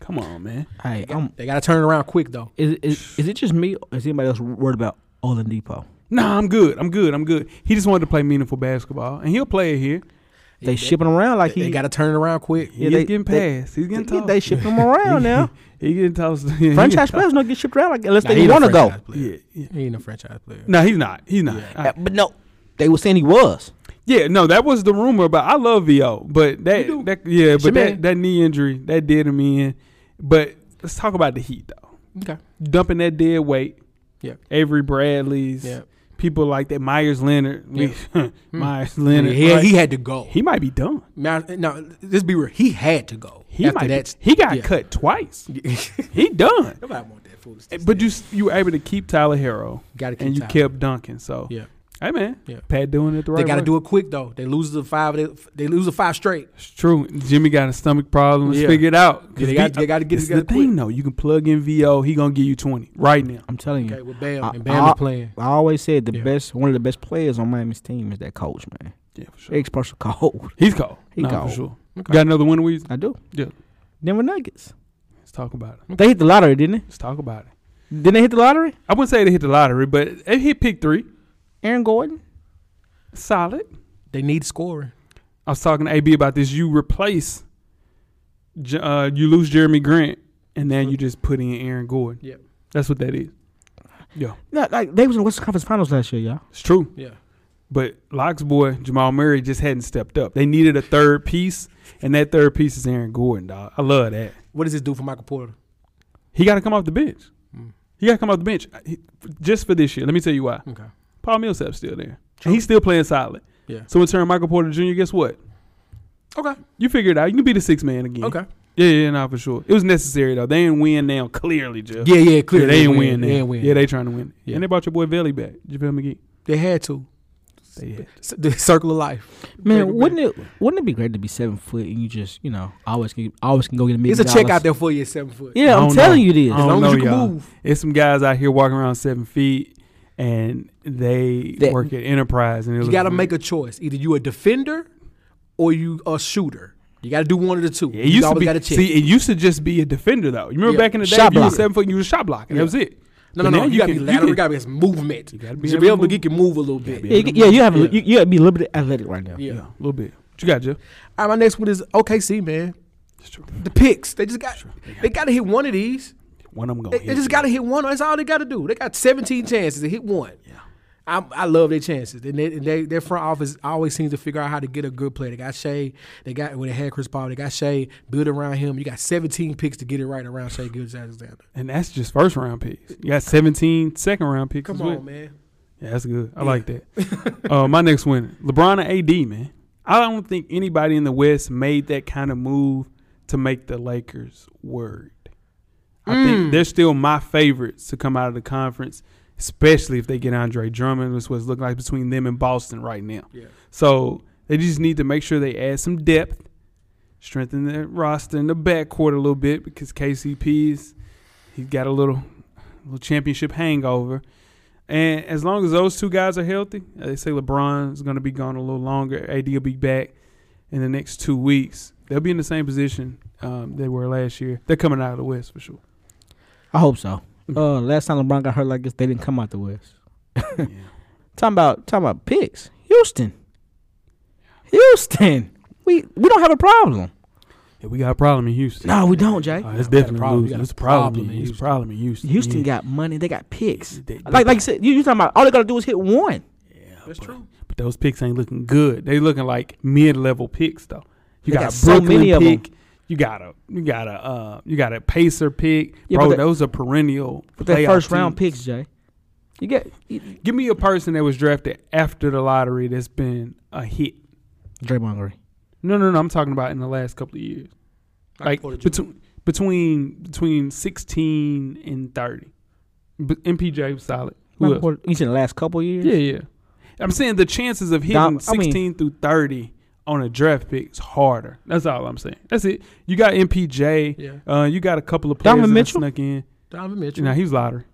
Come on, man.
Hey, I'm,
They gotta turn it around quick though.
is, is is it just me or is anybody else worried about Oladipo?
Nah, I'm good. I'm good. I'm good. He just wanted to play meaningful basketball, and he'll play it here.
They shipping around like
They
he
gotta turn it around quick.
Yeah,
He's
they-
getting
they-
passed. He's getting
they,
tossed.
they shipping him around now.
He getting tossed. Yeah, he
Franchise
getting
players don't get shipped around like unless
Nah,
they
he
want
no
to go.
franchise
tossed.
player.
Yeah, yeah.
He ain't a franchise player.
No, he's not. He's not.
Yeah.
I-
Uh, But no, they were saying he was.
Yeah, no, that was the rumor. But I love Vo. But that,
You do.
that yeah,
your
but that,
man.
that knee injury that did him in. But let's talk about the Heat though.
Okay.
Dumping that dead weight.
Yeah.
Avery Bradley's.
Yeah.
People like that. Myers Leonard. We- Myers Leonard.
Hmm. he,
right?
he had to go.
he might be done.
Now, now, let's be real. He had to go.
He
After
might be-
that-
he got
yeah.
cut twice. he done.
Nobody want that foolishness.
But you s- you were able to keep Tyler Harrow
gotta keep
and you
time.
kept Duncan. So
Yeah.
hey man,
Yeah.
Pat doing it the right.
They got to
way.
do it quick though. They lose the five. They, they lose the five straight.
It's true. Jimmy got a stomach problem. Let's
Yeah.
figure it out. 'Cause
Yeah, they
V-
got- they gotta get
this is
together
the thing though. You can plug in Vo. He gonna give you twenty right now.
I'm telling you.
Okay, with Bam
I-
and Bam
I-
is playing.
I always said the
Yeah.
best, one of the best players on Miami's team is that coach, man.
Yeah, for sure.
They express cold.
He's cold.
He
Nah,
cold.
for sure.
Okay.
Got another winner? We
I do.
Yeah.
Denver Nuggets.
let's talk about it.
They hit the lottery, didn't
Let's talk about it.
they? Didn't they hit the lottery?
I wouldn't say they hit the lottery, but they hit pick three.
Aaron Gordon.
Solid.
They need scoring.
I was talking to AB about this. You replace, J- uh, you lose Jeremy Grant, and now you just put in Aaron Gordon.
Yep.
That's what that is. Yeah,
No, like they was in the Western Conference Finals last year, y'all.
it's true.
Yeah.
But Locks boy Jamal Murray just hadn't stepped up. They needed a third piece, and that third piece is Aaron Gordon, dog. I love that.
What does this do for Michael Porter?
He got to come off the bench.
Mm.
He got to come off the bench I- he- just for this year. Let me tell you why.
Okay.
Paul Millsap's still there. And he's still playing solid.
Yeah.
So in turn, Michael Porter Jr. Guess what?
Okay.
You figure it out. You can be the sixth man again.
Okay.
Yeah, yeah, nah, for sure. It was necessary though. They ain't win now, clearly, Jeff.
Yeah, yeah.
Yeah,
Clearly,
they ain't win now.
They ain't win.
Yeah, they trying to win.
Yeah.
And they brought your boy Veli back, JaVale McGee.
They had to.
They had-
S- The circle of life.
Man,
Great,
wouldn't it wouldn't it be great to be seven foot and you just you know always can always can go get a million?
It's a check
dollars?
out there for you at seven foot.
Yeah,
I
I'm
don't
telling
know.
you this.
I don't
long as
know,
you can
y'all.
move.
It's some guys out here walking around seven feet, and they
That-
work at Enterprise, and it
You got to make a choice. Either you a defender or you a shooter. You got to do one of the two.
It used to
always
be
got to check.
see, it used to just be a defender though. You remember
Yeah.
back in the day,
Shot
if you were
blocker.
seven foot, you was shot blocking. That was it.
No,
But
no,
now
no. You,
you
gotta
can-
be
you
lateral. You
can-
gotta be his movement. You
gotta
gotta
be
be,
able to
able to
move.
get can move a little bit.
be
Yeah,
Yeah.
able-
you, yeah, you have
Yeah.
you, you have to be a little bit athletic right now.
Yeah, a little bit. What you got, Jeff?
All right, my next one is OKC, man.
It's true.
The picks. They just got. They gotta hit one of these.
One of them
They,
going
they just gotta hit one. That's all they gotta do. They got 17 chances to hit one. Yeah. I, I love their chances, and, they, and they, their front office always seems to figure out how to get a good player. They got Shea, they got when they had Chris Paul, they got Shea built around him. You got 17 picks to get it right around Shea Gilgis Alexander.
And that's just first round picks. You got 17 second round picks.
Come
as
on,
well.
man.
Yeah, that's good. I like that. uh, my next winner, LeBron and AD, man. I don't think anybody in the West made that kind of move to make the Lakers worried. I think they're still my favorites to come out of the conference, especially if they get Andre Drummond, which was looking like between them and Boston right now.
Yeah.
So they just need to make sure they add some depth, strengthen their roster in the backcourt a little bit because KCP's he's got a little little championship hangover. And as long as those two guys are healthy, uh, they say LeBron is going to be gone a little longer. AD will be back in the next two weeks. They'll be in the same position um, they were last year. They're coming out of the West for sure.
I hope so.
Mm-hmm.
Uh, last time LeBron got hurt like this, they didn't come out the West.
yeah.
Talking about talking about picks, Houston, Houston. We we don't have a problem.
Yeah, we got a problem in Houston.
No, we don't, Jay.
Uh, it's
We got a
definitely
problem. We
losing.
got a
It's a problem.
problem
in-
in
It's a problem in Houston.
Houston
Yeah.
got money. They got picks.
They- they-
like like you said, you you talking about all they gotta do is hit one.
That's true. But those picks ain't looking good. They looking like mid level picks though. You
They
got,
got
a
so
Brooklyn
many of 'em.
pick. You got a you got a uh, you got a pacer pick.
Yeah,
Bro,
but that-
those are perennial.
But their
playoff
first round
teams.
picks, Jay. You get you,
Give me a person that was drafted after the lottery that's been a hit.
Draymond Green.
No, no, no. I'm talking about in the last couple of years. Like,
Porter Jr.
between between between 16 and 30. But MPJ was solid. Who
Remember
else?
what- You said the last couple years.
Yeah, yeah. I'm saying the chances of hitting
Dom- I mean-
16 through 30 on a draft pick is harder. That's all I'm saying. That's it. You got MPJ.
Yeah.
Uh, you got a couple of players
Donovan
that
Mitchell? Mm,
snuck in.
Donovan
You
Mitchell.
know, he's lottery.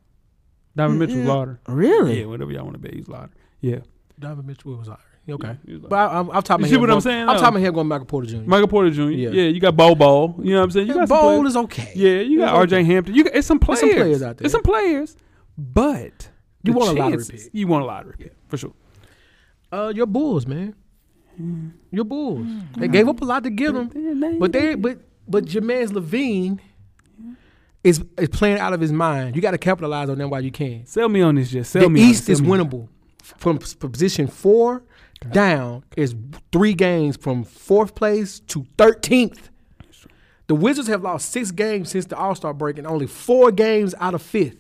Donovan Mitchell's lottery.
Really?
Yeah, whatever y'all want to bet, he's lottery. Yeah.
Donovan Mitchell was all right. Okay.
He was all
But I, I'm, I'm talking
You see what I'm saying,
I'm
though?
talking here going back to Porter Jr.
Michael Porter Jr. Yeah.
Yeah.
you got Bo Bo. You know what I'm saying? You
Yeah,
got some
Bowl
players.
is okay.
Yeah, you got
It's
RJ Hampton. You got it's some players.
There's some players out there.
It's some players, but
You
the
want a lottery
chances-
pick.
You want a lottery pick for sure.
Uh, your Bulls, man.
Mm.
Your Bulls. They gave up a lot to get them, but they but but Jameis Levine is is playing out of his mind. You got to capitalize on them while you can.
Sell me on this, just sell
the
me. on it.
East
Sell
is
me on it.
winnable. From s- position four down is three games from fourth place to thirteenth. The Wizards have lost six games since the All Star break and only four games out of fifth.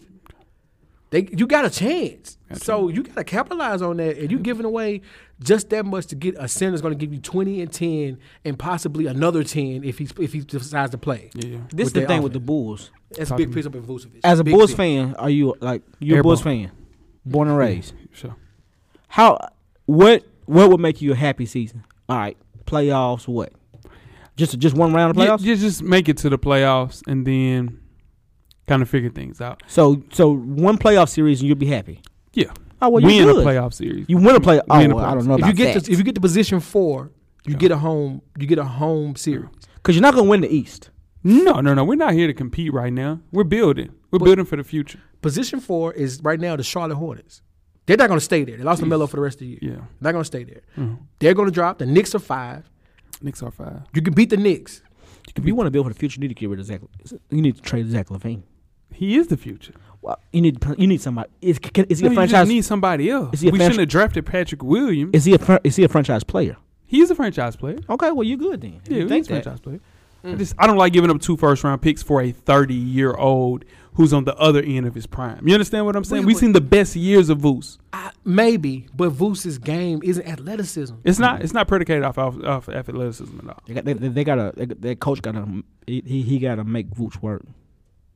They, you got a chance. So you got to capitalize on that. And you giving away just that much to get a center's going to give you 20 and 10 and possibly another 10 if he, if he decides to play.
Yeah.
This
With
is the
their
thing with the
offense.
Bulls.
That's a big piece up in Vucevic.
As a
Big
Bulls
pick.
fan, are you like you're a
Air
Bulls
ball.
fan, born and raised?
Sure.
How? What? What would make you a happy season? All right, playoffs. What? Just just one round of
Yeah,
playoffs.
ju- just make it to the playoffs and then kind of figure things out.
So so one playoff series and you'll be happy.
Yeah.
Oh well,
win
you
a
good.
playoff series.
You win a play. Oh,
Win a
well, I
playoff
don't know
if
about
you get
that.
to, if you get to position four, you
Yeah.
get a home you get a home series.
Because you're not gonna win the East.
No, no, no. We're not here to compete right now. We're building. We're
But-
building for the future.
Position four is right now the Charlotte Hornets. They're not going to stay there. They lost to Melo for the rest of the year.
Yeah.
Not going to stay there.
Mhm.
They're going to drop. The Knicks are five.
Knicks are five.
You can beat the Knicks.
If you want to build for the future, you need to get rid of Zach. You need to trade Zach Levine.
He is the future.
Well, you need you need somebody. Is, can- is he
No,
a
you
franchise?
just need somebody else. We
Is he a
shouldn't
franchi-
have drafted Patrick Williams.
is he a fran- is he a franchise player?
He's a franchise player.
Okay, well you're good then. If
Yeah,
you think
he's a
that. Hmm.
franchise player. I just I don't like giving up two first round picks for a thirty year old who's on the other end of his prime. You understand what I'm saying?
We-
We've
we-
seen the best years of Voos.
I, maybe, but Vuce's game isn't athleticism.
It's
Hmm.
not it's not predicated off off, off athleticism at all.
They got they, they got a they, their coach got to he he- he got to make Vooch work.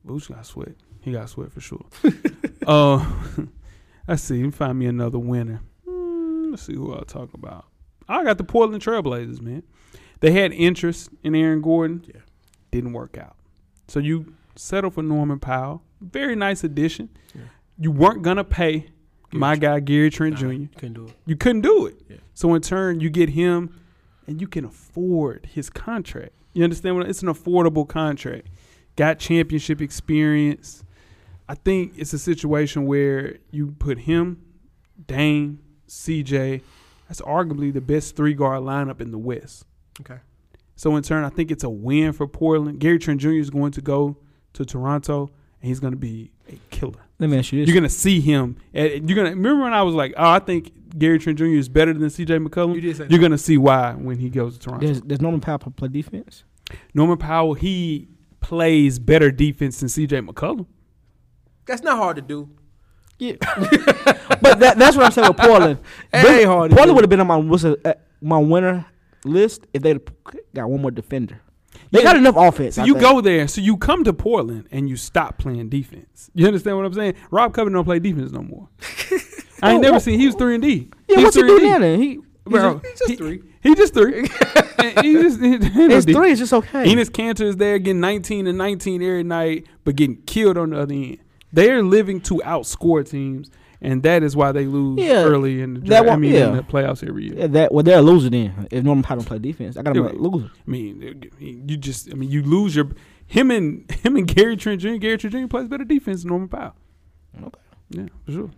Vooch got sweat. He got sweat for sure. uh, let's see. Let me find me another winner. Mm, let's see who I'll talk about. I got the Portland Trailblazers, man. They had interest in Aaron Gordon.
Yeah.
Didn't work out. So you settle for Norman Powell. Very nice addition.
Yeah.
You weren't going to pay my guy, Gary Trent
Nah,
Jr.
You couldn't do it.
You couldn't do it.
Yeah.
So in turn, you get him, and you can afford his contract. You understand what? I- It's an affordable contract. Got championship experience. I think it's a situation where you put him, Dane, CJ. That's arguably the best three guard lineup in the West.
Okay.
So in turn, I think it's a win for Portland. Gary Trent Jr. is going to go to Toronto, and he's going to be a killer.
Let me ask you this.
You're going to see him. and You're going to remember when I was like, "Oh, I think Gary Trent Jr. is better than CJ McCollum."
You did say
You're going to see why when he goes to Toronto.
does, does Norman Powell play defense?
Norman Powell, he plays better defense than CJ McCollum.
That's not hard to do.
Yeah, but that, that's what I'm saying with Portland.
It
This-
ain't hard to
Portland
do.
would have been on my what's a, uh, my winner list if they got one more defender. They
Yeah.
got enough offense.
So
I
you
think.
go there, so you come to Portland and you stop playing defense. You understand what I'm saying? Rob Coven don't play defense no more. I ain't never seen he was three and D.
Yeah,
He's
what you
3
do
and D.
now then? He,
Bro,
just- he's just
he-
three.
He just three. And he just, he- he no
it's
D.
three. It's just okay.
Enos Cantor is there getting 19 and 19 every night, but getting killed on the other end. They're living to outscore teams, and that is why they lose
Yeah,
early in the,
that
draft. I
won't-
mean, in
yeah.
the playoffs every year.
Yeah, that well, they're a loser then. If Norman Powell don't play defense, I got him
Yeah.
a loser.
I mean, you just I mean you lose your him and him and Gary Trent Jr. Gary Trent Jr. plays better defense than Norman Powell.
Okay.
Yeah, for sure.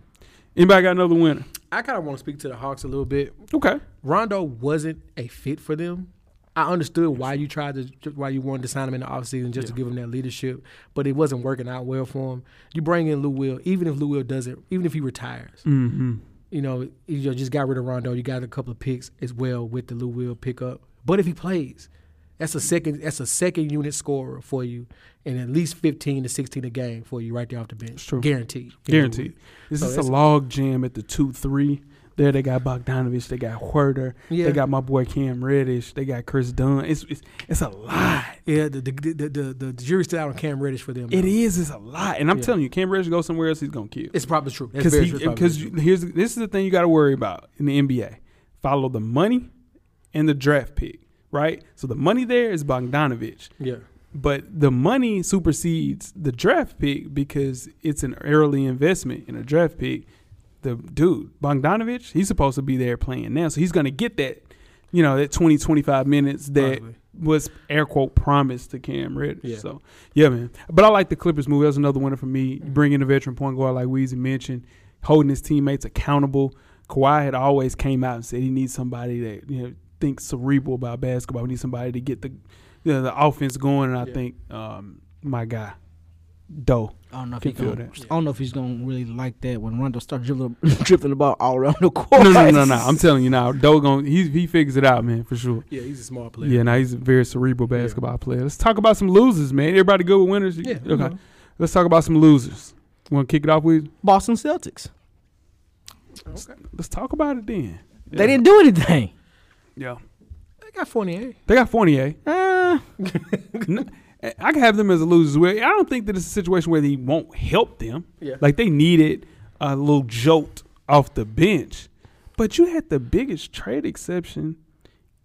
Anybody got another winner?
I kind of want to speak to the Hawks a little bit.
Okay.
Rondo wasn't a fit for them. I understood why you tried to, why you wanted to sign him in the offseason just to give him that leadership, but it wasn't working out well for him. You bring in Lou Will, even if Lou Will doesn't, even if he retires,
Mm-hmm.
you know, you ju- just got rid of Rondo. You got a couple of picks as well with the Lou Will pickup. But if he plays, that's a second, that's a second unit scorer for you, and at least fifteen to sixteen a game for you right there off the bench,
true.
guaranteed. Oh,
Guaranteed. This
So
is a
it's-
log jam at the two three. There they got Bogdanovich, they got Huerter,
Yeah.
they got my boy Cam Reddish, they got Chris Dunn. It's it's, it's a lot.
Yeah, the the, the the the jury's still out on Cam Reddish for them.
It
though.
is. It's a lot. And I'm
Yeah.
telling you, Cam Reddish goes somewhere else, he's gonna kill.
It's probably true. That's
because
very true. It's
he
probably
because
true.
here's this is the thing you got to worry about in the NBA: follow the money and the draft pick, right? So the money there is Bogdanovich,
yeah.
but the money supersedes the draft pick because it's an early investment in a draft pick. The dude Bogdanovich, he's supposed to be there playing now, so he's going to get that, you know, that 20, 25 minutes that
Possibly.
was air quote promised to Cam Reddish.
Yeah.
So yeah, man. But I like the Clippers move. That's another winner for me.
Mm-hmm.
Bringing a veteran point guard like Weezy mentioned, holding his teammates accountable. Kawhi had always came out and said he needs somebody that you know thinks cerebral about basketball. We need somebody to get the you know, the offense going. And I
Yeah.
think um, my guy, Doe.
I don't know if
Can
he's
feel
gonna.
that.
I don't know if he's gonna really like that when Rondo starts dribbling, dribbling the ball all around the court.
No, no, no, no. I'm telling you now, Doe going he he figures it out, man, for sure.
Yeah, he's a small player.
Yeah, now he's a very cerebral basketball player. Let's talk about some losers, man. Everybody good with winners?
Yeah,
Okay.
you know.
Let's talk about some losers. Want to kick it off with?
Boston Celtics.
Let's talk about it then.
They didn't do anything.
Yeah.
They got Fournier.
They got Fournier.
Uh,
N- I can have them as a loser as well. I don't think that it's a situation where they won't help them.
Yeah.
Like they needed a little jolt off the bench. But you had the biggest trade exception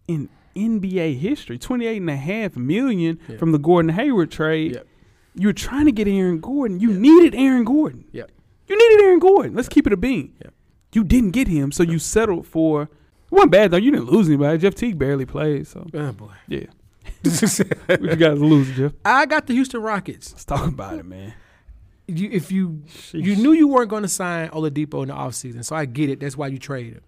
in NBA history. twenty-eight and a half million
Yeah.
from the Gordon Hayward trade.
Yep.
You were trying to get Aaron Gordon. You needed Aaron Gordon.
Yep.
You needed Aaron Gordon. Let's keep it a bean.
Yep.
You didn't get him, so you settled for it wasn't bad though. You didn't lose anybody. Jeff Teague barely played, so
Oh boy.
yeah. what you guys lose, Jeff?
I got the Houston Rockets.
Let's talk about it, man.
You, if you you knew you weren't going to sign Oladipo in the offseason, so I get it. That's why you traded him.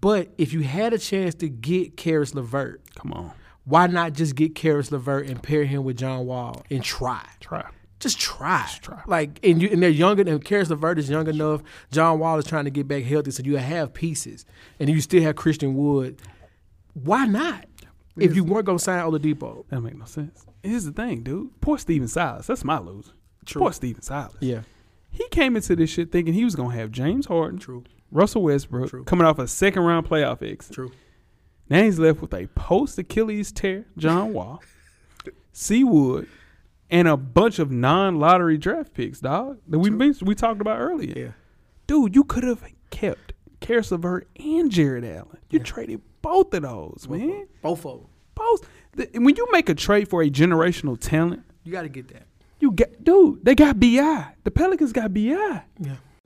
But if you had a chance to get Karis LeVert,
Come on,
why not just get Karis LeVert and pair him with John Wall and try?
try.
Just try.
try.
Like and you and they're younger and Karis LeVert is young enough. John Wall is trying to get back healthy, so you have pieces. And you still have Christian Wood. Why not? If you weren't gonna sign Oladipo.
That make no sense. Here's the thing, dude. Poor Steven Silas. That's my loser.
True.
Poor Steven Silas.
Yeah.
He came into this shit thinking he was gonna have James Harden,
True.
Russell Westbrook,
True.
coming off a second round playoff exit.
True.
Now he's left with a post Achilles tear, John Wall, C Wood, and a bunch of non lottery draft picks, dog. That we mentioned- we talked about earlier.
Yeah.
Dude, you could have kept Karis LeVert and Jared Allen. You traded both of those, man.
Both of them.
Both. Th- when you make a trade for a generational talent,
You gotta get that.
you get dude, they got BI. The Pelicans got BI.
Yeah.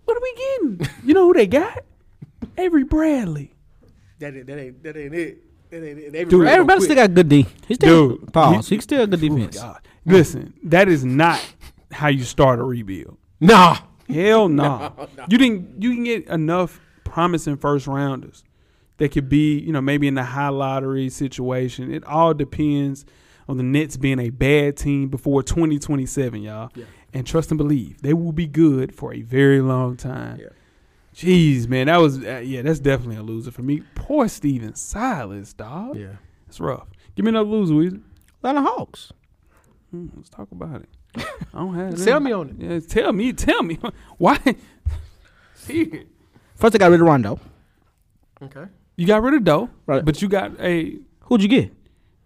What are we getting? you know who they got? Avery Bradley.
That ain't that ain't that ain't it. That ain't it. They
Dude,
really
everybody
gonna
still
quit.
got good D. He's still
Dude.
pause. He's still a good
Oh my
defense.
God. Listen, that is not how you start a rebuild.
Nah.
Hell nah. You didn't. You can get enough promising first rounders that could be, you know, maybe in the high lottery situation. It all depends on the Nets being a bad team before 2027, y'all. And trust and believe, they will be good for a very long time.
Yeah.
Jeez, man, that was uh, yeah, that's definitely a loser for me. Poor Steven Silas, dog.
Yeah.
It's rough. Give me another loser, Weezy.
Atlanta Hawks.
Hmm, let's talk about it. I don't have
Sell
it.
me on it.
Yeah, tell me, tell me why. Period.
First, I got rid of Rondo.
Okay.
You got rid of Doe,
Right.
but you got a
Who'd you get?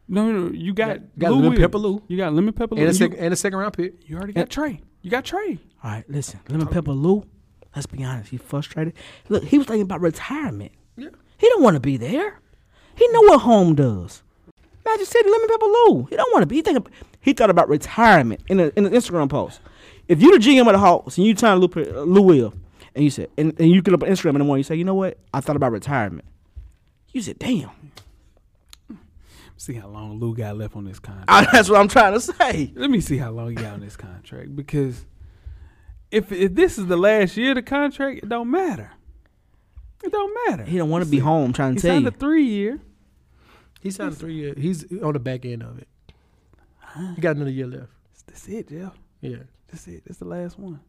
no, no. You got,
Got- got Lemon Pepper Lou.
You got lemon pepper Lou.
And a,
You,
sec- and a second round pick.
you already got Trey. You got Trey.
All right, listen, Lemon Pepper Lou. Let's be honest, he's frustrated. Look, he was thinking about retirement. Yeah. He don't want to be there. He know what home does. Magic City, Lemon Pepper Lou. He don't want to be. He think ab- he thought about retirement in, a, in an Instagram post. If you the GM of the Hawks and you turn Lou, Pe- uh, Lou Will, and you said, and, and you get up on Instagram in the morning, you say, you know what? I thought about retirement. You said, damn.
See how long Lou got left on this contract.
I- that's what I'm trying to say.
Let me see how long he got on this contract because if if this is the last year of the contract, it don't matter. It don't matter.
He don't want to be home. Trying
He
to tell
signed
you.
a three year.
He signed a three year. He's on the back end of it. He got another year left.
That's it, Jeff.
Yeah.
That's it. That's the last one.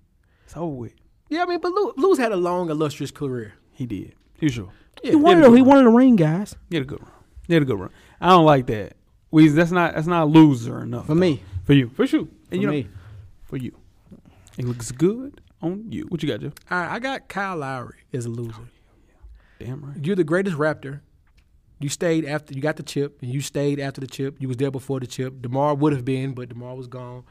It's over with.
Yeah, I mean, but Lou, Lou's had a long, illustrious career.
He did. He's sure.
Yeah,
he wanted. A, he wanted a ring, guys.
He had a good run. He had a good run. I don't like that. We that's not that's not loser enough
For
though.
me.
For you. For sure.
For
you know,
me.
for you. It looks good on you. What you got, Jeff?
All right, I got Kyle Lowry as a loser.
Damn right.
You're the greatest Raptor. You stayed after you got the chip, and you stayed after the chip. You was there before the chip. Demar would have been, but Demar was gone.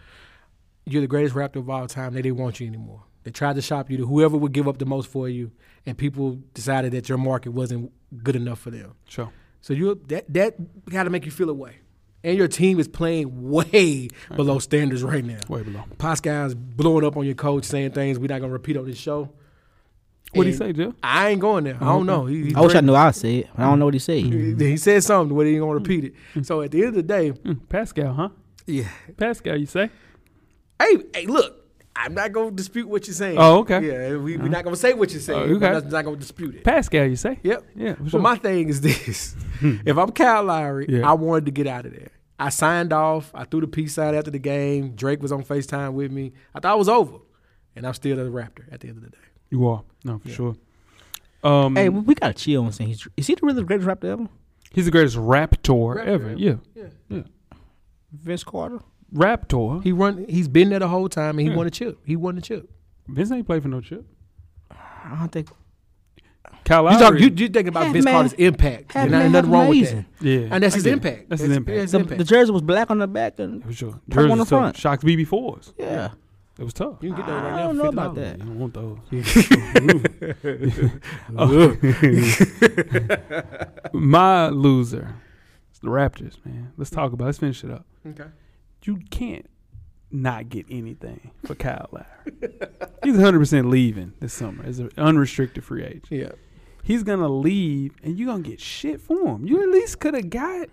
You're the greatest Raptor of all time. They didn't want you anymore. They tried to shop you to whoever would give up the most for you, and people decided that your market wasn't good enough for them.
Sure.
So you that that got to make you feel away. And your team is playing way below standards right now.
Way below.
Pascal's blowing up on your coach, saying things we're not gonna repeat on this show.
What'd he
And
say, Jeff?
I ain't going there. I don't know. He, he
I wish I knew. I said. it, but I don't know what he said.
he- He said something, but he ain't gonna repeat it. So at the end of the day,
Mm, Pascal, huh?
yeah.
Pascal, you say?
Hey, hey, look, I'm not gonna dispute what you're saying.
Oh, okay. Oh,
Yeah, we, we're not gonna say what you're saying.
okay.
We're not, not gonna dispute it.
Pascal, you say?
Yep.
Yeah. for
But
sure.
my thing is this: if I'm Kyle Lowry,
Yeah.
I wanted to get out of there. I signed off. I threw the peace sign after the game. Drake was on Facetime with me. I thought it was over, and I'm still a Raptor at the end of the day.
you are. No, for sure. Um
Hey, we we gotta chill on saying he's is he the really the greatest rapper ever?
he's the greatest raptor,
Raptor
ever.
ever.
Yeah.
Vince Carter.
Raptor.
He run. He's been there the whole time, and he won a chip. He won the chip.
Vince ain't played for no chip.
I don't think
Kyle
You
Lowry.
talk. You, you think about
Half
Vince
man-
Carter's impact.
half
There's not-
man,
nothing
half
wrong
amazing.
with
yeah.
that. And that's
I
his
get it.
impact.
That's his impact.
His
the,
impact.
the jersey was black on the back and
For sure.
Purple
Jerseys
on the
tough.
front.
Shocks BB4s.
yeah.
It was tough.
you can get that right
I
now.
don't
for
know
$50.
about that.
You don't want those. My loser. It's the Raptors, man. Let's talk about it. Let's finish it up.
Okay.
You can't not get anything for Kyle Lowry. He's 100% leaving this summer as an unrestricted free agent.
Yeah.
He's going to leave, and you're going to get shit for him. You at least could have got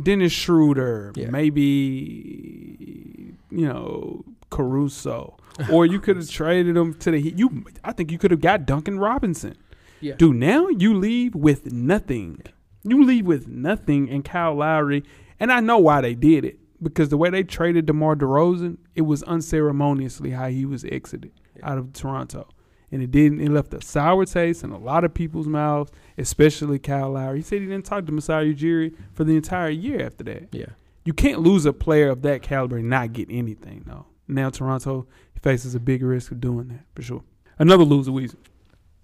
Dennis Schroeder,
Yeah.
maybe, you know, Caruso. Or you could have traded him to the Heat. You, I think you could have got Duncan Robinson.
Yeah.
Dude, now you leave with nothing. You leave with nothing and Kyle Lowry. And I know why they did it because the way they traded DeMar DeRozan, it was unceremoniously how he was exited out of Toronto. And it didn't. It left a sour taste in a lot of people's mouths, especially Kyle Lowry. He said he didn't talk to Masai Ujiri for the entire year after that.
Yeah.
You can't lose a player of that caliber and not get anything, though. Now Toronto faces a big risk of doing that for sure. Another loser, Weezy.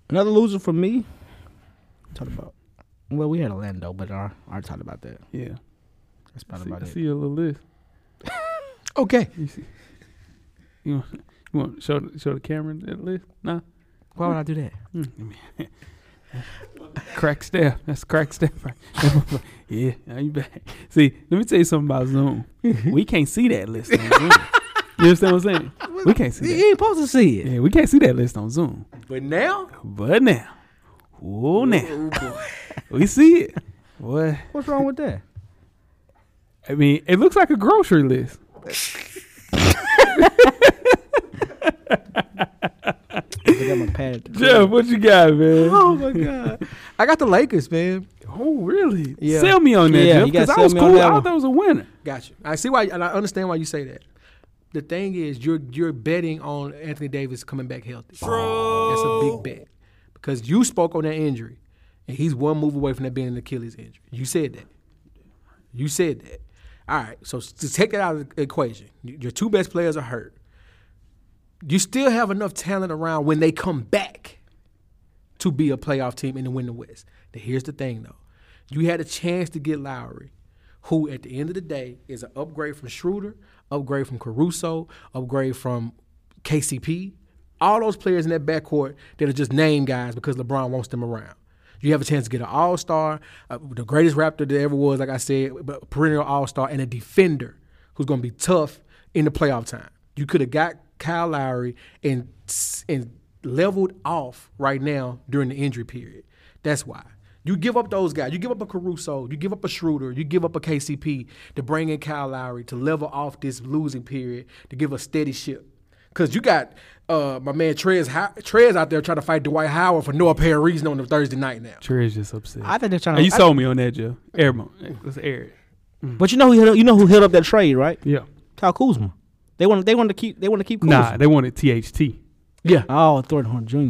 Another loser for me. Talk about well, we had Orlando, but I I talked about that.
Yeah,
That's
I
about
see,
about
I
it.
see your little list.
Okay.
You see, you want, you want to show the- show the camera that list? Nah,
Why would I do that?
crack staff. That's crack staff. Right? yeah, now you back. See, let me tell you something about Zoom. we can't see that list on Zoom. You understand what I'm saying? We can't see
You
that.
ain't supposed to see it.
Yeah, we can't see that list on Zoom.
But now,
But now, oh now, we see it. What?
What's wrong with that?
I mean, it looks like a grocery list.
had.
Jeff, what you got, man?
Oh my god, I got the Lakers, man.
Oh, really?
Yeah.
Sell me on that,
Yeah,
Jeff,
you gotta
because I
sell
was
me on
cool. I
that
thought
one.
that was a winner.
Got you. I see why, and I understand why you say that. The thing is, you're you're betting on Anthony Davis coming back healthy. That's a big bet because you spoke on that injury, and he's one move away from that being an Achilles injury. You said that. You said that. All right. So s- to take that out of the equation, y- your two best players are hurt. You still have enough talent around when they come back to be a playoff team and to win the West. Now, here's the thing, though. You had a chance to get Lowry, who at the end of the day is an upgrade from Schroeder, upgrade from Caruso, upgrade from KCP. All those players in that backcourt that are just name guys because LeBron wants them around. You have a chance to get an All Star, uh, the greatest Raptor there ever was, like I said, but a perennial All Star, and a defender who's going to be tough in the playoff time. You could have got Kyle Lowry and and leveled off right now during the injury period. That's why. You give up those guys. You give up a Caruso. You give up a Schroeder. You give up a KCP to bring in Kyle Lowry to level off this losing period to give a steady ship. Cause you got uh, my man Trez How- Trez out there trying to fight Dwight Howard for no apparent reason on a Thursday night now.
Trey's just upset.
I think they're trying
Oh,
to.
you sold me on that, Jeff. Air mo- Let's air it.
but you know who held up, you know who held up that trade, right?
Yeah.
Kyle Kuzma. They want they want to keep they want to keep Kuzma.
Nah, they wanted THT.
Yeah,
Oh, Thornton Horn Jr.
I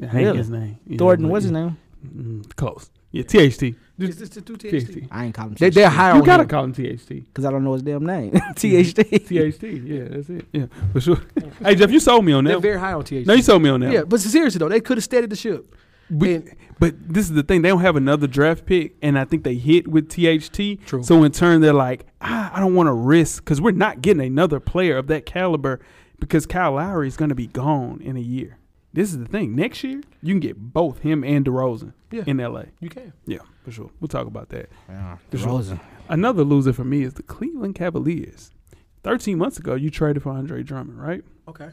ain't
Really?
his name. Yeah,
Thornton,
but
what's his
yeah.
name?
Mm, close. Yeah, THT.
it's, it's the two teams.
THT.
I ain't calling
They,
him
they're high
You
on
gotta
him.
call him THT.
because I don't know his damn name. THD.
THT. Yeah, that's it. Yeah, for sure. hey, Jeff, you sold me on
They're
that.
very high on THT.
No, you sold me on that.
yeah, but seriously though, they could have steadied the ship.
We-
And-
but this is the thing. They don't have another draft pick, and I think they hit with THT.
True.
So in turn, they're like, ah, I don't want to risk because we're not getting another player of that caliber because Kyle Lowry is going to be gone in a year. This is the thing. Next year, you can get both him and DeRozan
Yeah.
in LA.
You can.
Yeah, for sure. We'll talk about that. For sure.
DeRozan.
Another loser for me is the Cleveland Cavaliers. 13 months ago, you traded for Andre Drummond, right?
Okay.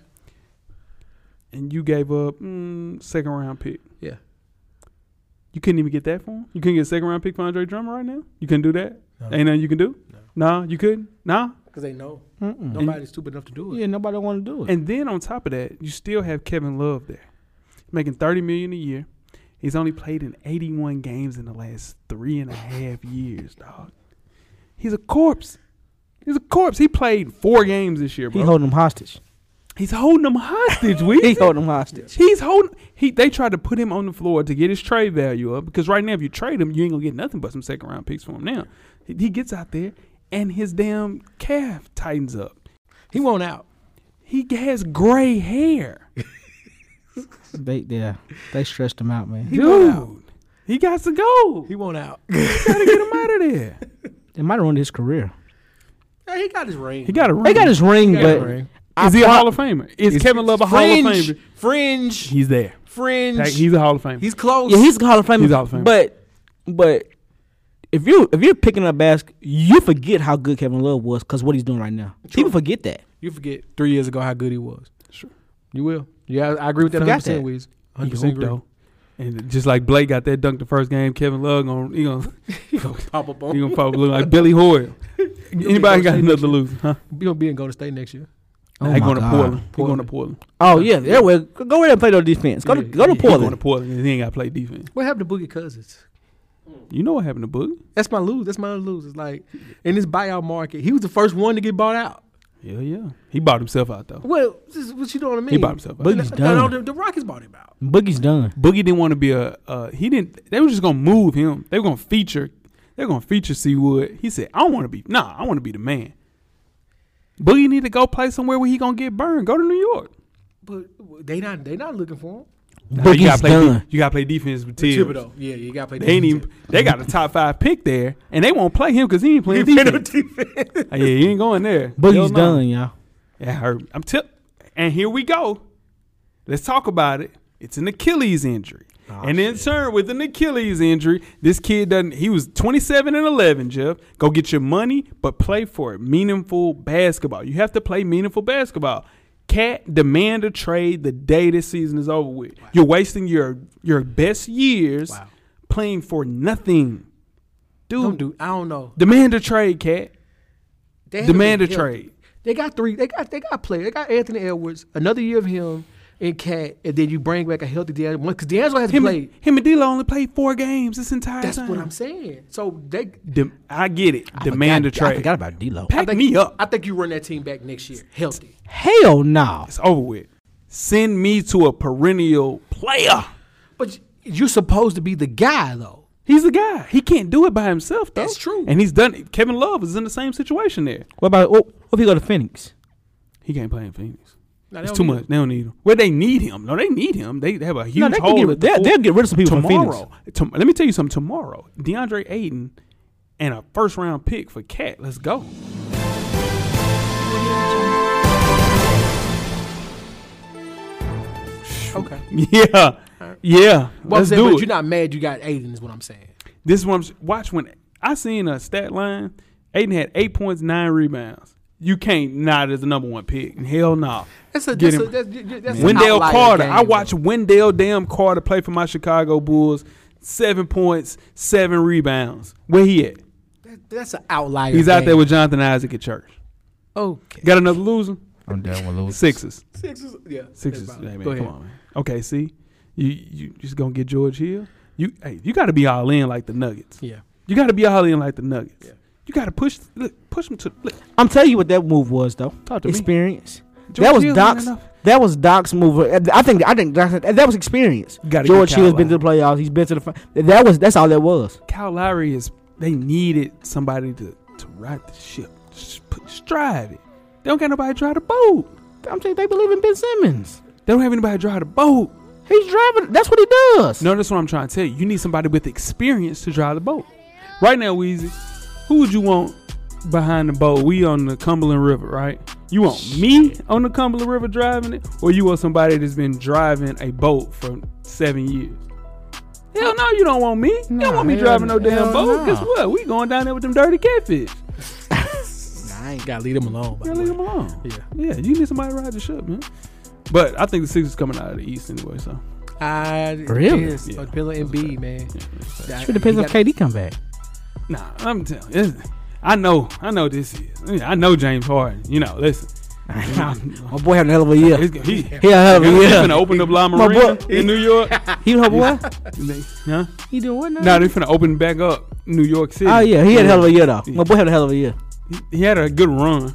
And you gave up mm, second round pick.
Yeah.
You couldn't even get that for him? You couldn't get a second round pick for Andre Drummond right now? You couldn't do that? Ain't nothing you can do? No. Nah, you couldn't? Nah.
Because they know
Mm-mm.
nobody's stupid enough to do it.
Yeah, nobody want to do it.
And then on top of that, you still have Kevin Love there. Making thirty million a year. He's only played in eighty one games in the last three and a half years, dog. He's a corpse. He's a corpse. He played four games this year,
he
bro.
holding him hostage.
He's holding them hostage,
He
we
holding him hostage.
He's holding. He they tried to put him on the floor to get his trade value up because right now if you trade him, you ain't gonna get nothing but some second round picks for him. Now he, he gets out there and his damn calf tightens up.
He won't out.
He has gray hair,
They yeah, they stressed him out, man.
dude. He got to go.
He won't out.
gotta get him out of there.
It might have ruined his career.
Hey, he got his ring.
He got a ring.
They got his ring,
got a
but
ring.
Is he a Hall of Famer? Is Kevin Love a Hall of
fringe,
Famer?
Fringe.
He's there.
fringe.
He's a Hall of Famer.
he's close.
yeah, he's a Hall of Famer.
He's a Hall of Famer.
But but if you if you're picking up basket, you forget how good Kevin Love was because what he's doing right now. People forget that.
you forget three years ago how good he was.
Sure.
You will. Yeah, I, I agree with that
Forgot
100%,
that.
Weez.
He
100%
hooped,
agree.
though. And just like Blake got that dunk the first game, Kevin Love gonna he gonna
Pop up on
You gonna probably look like Billy Hoyle. Anybody got
Golden
nothing to lose? Huh?
You going to be in Golden State next year.
Oh
I
my
going to
God.
Portland. He going to
Portland.
Portland.
Oh yeah, there we go ahead and play no defense. Go to
Yeah,
go to
he Going to
Portland.
Portland. He ain't got to play defense.
What happened to Boogie Cousins?
You know what happened to Book?
That's my lose. That's my lose. It's like in this buyout market, he was the first one to get bought out.
Yeah, yeah. He bought himself out though.
Well, this is what you know what I mean.
He bought himself out.
No,
Boogie's
no, no,
done.
the, the Rockets bought him out.
Boogie's done.
Boogie didn't want to be a. Uh, he didn't. They were just gonna move him. They were gonna feature. They were gonna feature C Wood. He said, "I don't want to be. Nah, I want to be the man." Boogie need to go play somewhere where he gonna get burned. Go to New York.
But they not they not looking for him.
Nah, you gotta
Boogie's
play.
done.
You gotta play defense with Tibbs.
Thibodeau. Yeah, you got to play.
They ain't even. They got a top five pick there, and they won't play him because he ain't playing defense. Uh, yeah, you ain't going there. Hell
Boogie's
no.
done, y'all.
It hurt. I'm tip. And here we go. Let's talk about it. It's an Achilles injury.
Ah,
and in turn, with an Achilles injury, this kid doesn't. He was 27 and 11. Jeff, go get your money, but play for it. Meaningful basketball. You have to play meaningful basketball. Cat demand a trade the day this season is over with. You're wasting your your best years
Wow.
playing for nothing, dude.
Don't do. I don't know.
Demand a trade, cat.
They
Demand
haven't
a
been
trade.
They got three. They got they got players. They got Anthony Edwards. Another year of him. It can't. And then you bring back a healthy D'Angelo because D'Angelo has
Him,
played.
and him and D'Lo only played four games this entire
That's
time.
what I'm saying. So they
Dem- I get it. Demand
God,
a trade.
I forgot about D'Lo.
Pack
I think,
me up.
I think you run that team back next year healthy.
Hell no.
It's over with. Send me to a perennial player.
But you're supposed to be the guy though.
He's the guy. He can't do it by himself, though.
That's true.
And he's done it. Kevin Love is in the same situation there.
What about what if he go to Phoenix?
He can't play in Phoenix.
No, they
It's
don't
too
need
much. They don't need him. Well, they need him. No, they need him. They have a huge
they can
hole. at
get-
the
they'll-
four.
they'll get rid of some people from Phoenix.
tomorrow. tom- let me tell you something. Tomorrow, DeAndre Ayton and a first round pick for Cat. Let's go.
Okay.
Yeah, yeah.
Well,
Let's
I'm saying,
do
but
it.
you're not mad you got Aiden is what I'm saying.
This is what I'm s- watch when I seen a stat line. Aiden had eight points, nine rebounds. You can't not as the number one pick. Hell no.
That's a,
Get
that's a,
him.
that's, that's- that's an
Wendell
outlier
Carter.
game,
I
though.
watched Wendell damn Carter play for my Chicago Bulls. Seven points, seven rebounds. Where he at?
That- that's an outlier.
He's out
game.
there with Jonathan Isaac at church.
okay.
Got another loser?
I'm down with losing.
Sixes.
Sixes. Yeah.
Sixes.
that's
Hey,
about
man,
it. Go
come
ahead.
on, man. Okay, see? You you just gonna get George Hill? You hey, you gotta be all in like the Nuggets.
Yeah.
You gotta be all in like the Nuggets. You gotta push look, push them to look,
I'm telling you what that move was though.
Talk to me.
experience.
George
that was
Hill's
Doc's.
not enough.
That was Doc's move. Uh, I think. I think Doc's, that was experience.
You gotta
George
get Kyle
Hill's been to the playoffs. He's been to the. fi- That was. That's all that was.
Kyle Lowry is they needed somebody to to ride the ship. Just put, just drive it. They don't got nobody to drive the boat.
I'm saying they believe in Ben Simmons.
They don't have anybody to drive the boat.
He's driving. That's what he does.
No, that's what I'm trying to tell you. You need somebody with experience to drive the boat. Right now, Weezy, who would you want behind the boat? We on the Cumberland River, right? You want me on the Cumberland River driving it, or you want somebody that's been driving a boat for seven years? Hell no, you don't want me. you don't want me driving no damn
hell
boat.
no.
Guess what? We going down there with them dirty catfish.
I ain't gotta leave him alone. by
Yeah,
the
leave
way.
them alone.
Yeah.
yeah, you need somebody to ride the ship, man. But I think the Sixers coming out of the East anyway, so
I
Really?
Depends.
Yeah.
Yeah. Depends on Embiid, man. That-
It depends
you
on
got-
KD come back.
Nah, I'm telling you. it's- I know, I know this is. I know James Harden. You know, listen.
My boy had a hell of a year.
He's, he,
He had a hell of a
he's
year.
finna open up La
My
Marina
boy-
in New York.
He her boy.
They- huh?
He doing what now?
No, they finna open back up New York City.
oh yeah, he had a hell of a year though.
Yeah.
My boy had a hell of a year.
He had a good run.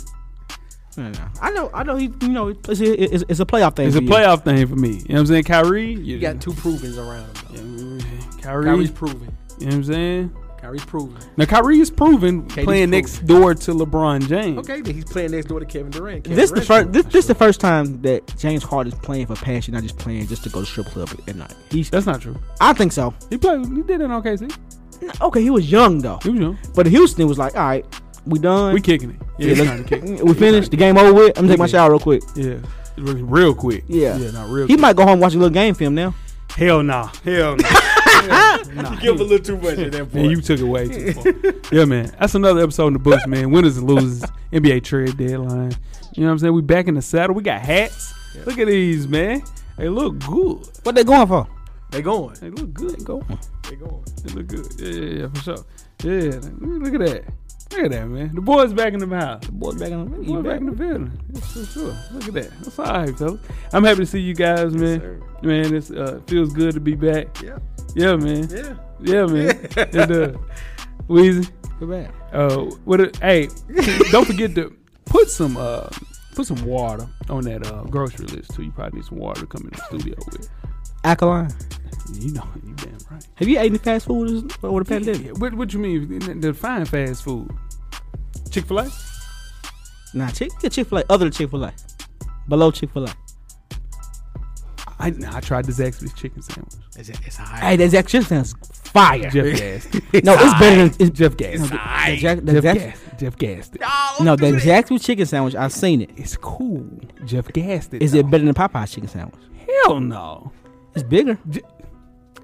I know. I know. He. You know. It's, it's, it's a playoff thing.
It's a
for you.
playoff thing for me. You know what I'm saying? Kyrie. You
You got two provings around him. Though.
Kyrie.
Kyrie's proven.
you know what I'm saying?
Kyrie's proven.
Now, Kyrie is proven
KD's
playing next door to LeBron James.
Okay, then he's playing next door to Kevin Durant. Kevin
This the
Durant's
first.
proven.
This this the first time that James Harden is playing for passion, not just playing just to go to strip club at night. He's.
That's not true.
I think so.
He played. He did it on KC.
Okay, he was young though.
He was young.
But Houston was like, all right, we done.
We kicking it. Yeah,
Yeah,
it's
let's-
time to kick.
we finished. The game over with. I'm gonna take my shower real quick.
Yeah, it was real quick.
Yeah.
yeah, not real.
He
quick.
might go home and watch a little game film now.
hell nah, hell nah.
give a little too much at that
man, you took it way too far. yeah, man, that's another episode in the books, man. Winners and losers, NBA trade deadline. You know what I'm saying? We back in the saddle. We got hats. Look at these, man. They look good.
What they going for?
They going.
They look good. They go.
They going.
They look good. Yeah, yeah, yeah, for sure. Yeah, look at that. Look at that, man. The boys back in the house.
Boy, back in the
We're back in the building. Yes, for sure. Look at that. That's all right, fellas. I'm happy to see you guys, man.
sir.
man, it uh, feels good to be back.
Yeah.
Yeah, man. Yeah,
Yeah.
man. it does. Weezy.
back.
Uh, what? A, hey, don't forget to put some uh, put some water on that uh, grocery list too. You probably need some water to come in the studio with.
Alkaline.
You know, you damn right.
Have you eaten fast food over the pandemic?
Yeah, What, what you mean? Define fast food. Chick Fil A.
Nah, Chick yeah, Chick Fil A, other Chick Fil A, below Chick Fil A.
I I tried the Zaxby's chicken sandwich.
It's, it's all right.
Hey, that Zach Chick sounds fire.
Jeff gassed.
no, it's better than it's,
Jeff gassed.
No, the Jack, the
Jeff
Jack,
gassed. Jeff gassed. It.
no, that Zaxby's chicken sandwich. I've seen it.
It's cool. Jeff gassed. It
Is
though.
it better than Popeye's chicken sandwich?
Hell no.
It's bigger.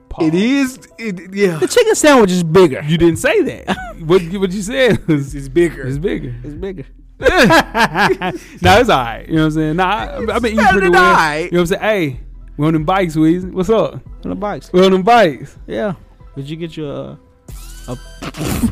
Paul.
It is. It, yeah.
The chicken sandwich is bigger.
You didn't say that. what you- what you said was
It's bigger.
it's bigger.
It's bigger.
nah, it's all right. You know what I'm saying? Nah, I, I've been eating
better
pretty
than
well.
all right.
You know what I'm saying? Hey, we on them bikes, Weezy. What's up?
On the box.
We on them bikes.
Yeah. Did you get your uh,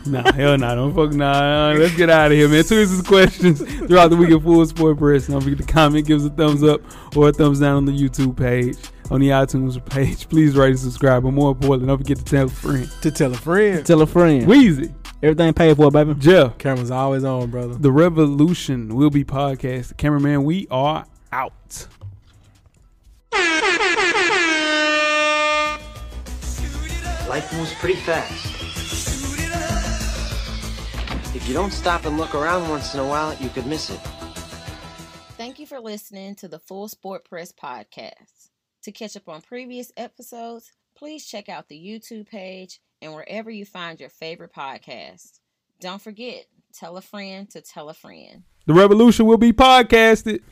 nah, hell nah, don't fuck nah. nah, Let's get out of here, man. Tweet us questions throughout the week at Full Sport Press. Don't forget to comment, give us a thumbs up or a thumbs down on the YouTube page, on the iTunes page. Please rate and subscribe, but more importantly, don't forget to tell a friend.
to tell a friend.
Tell a friend.
Weezy,
Everything paid for, baby.
Jeff,
Camera's always on, brother.
the Revolution will be podcast. Cameraman, we are out.
Life moves pretty fast. If you don't stop and look around once in a while, you could miss it.
Thank you for listening to the Full Sport Press podcast. To catch up on previous episodes, please check out the YouTube page and wherever you find your favorite podcast. Don't forget, tell a friend to tell a friend.
The Revolution will be podcasted.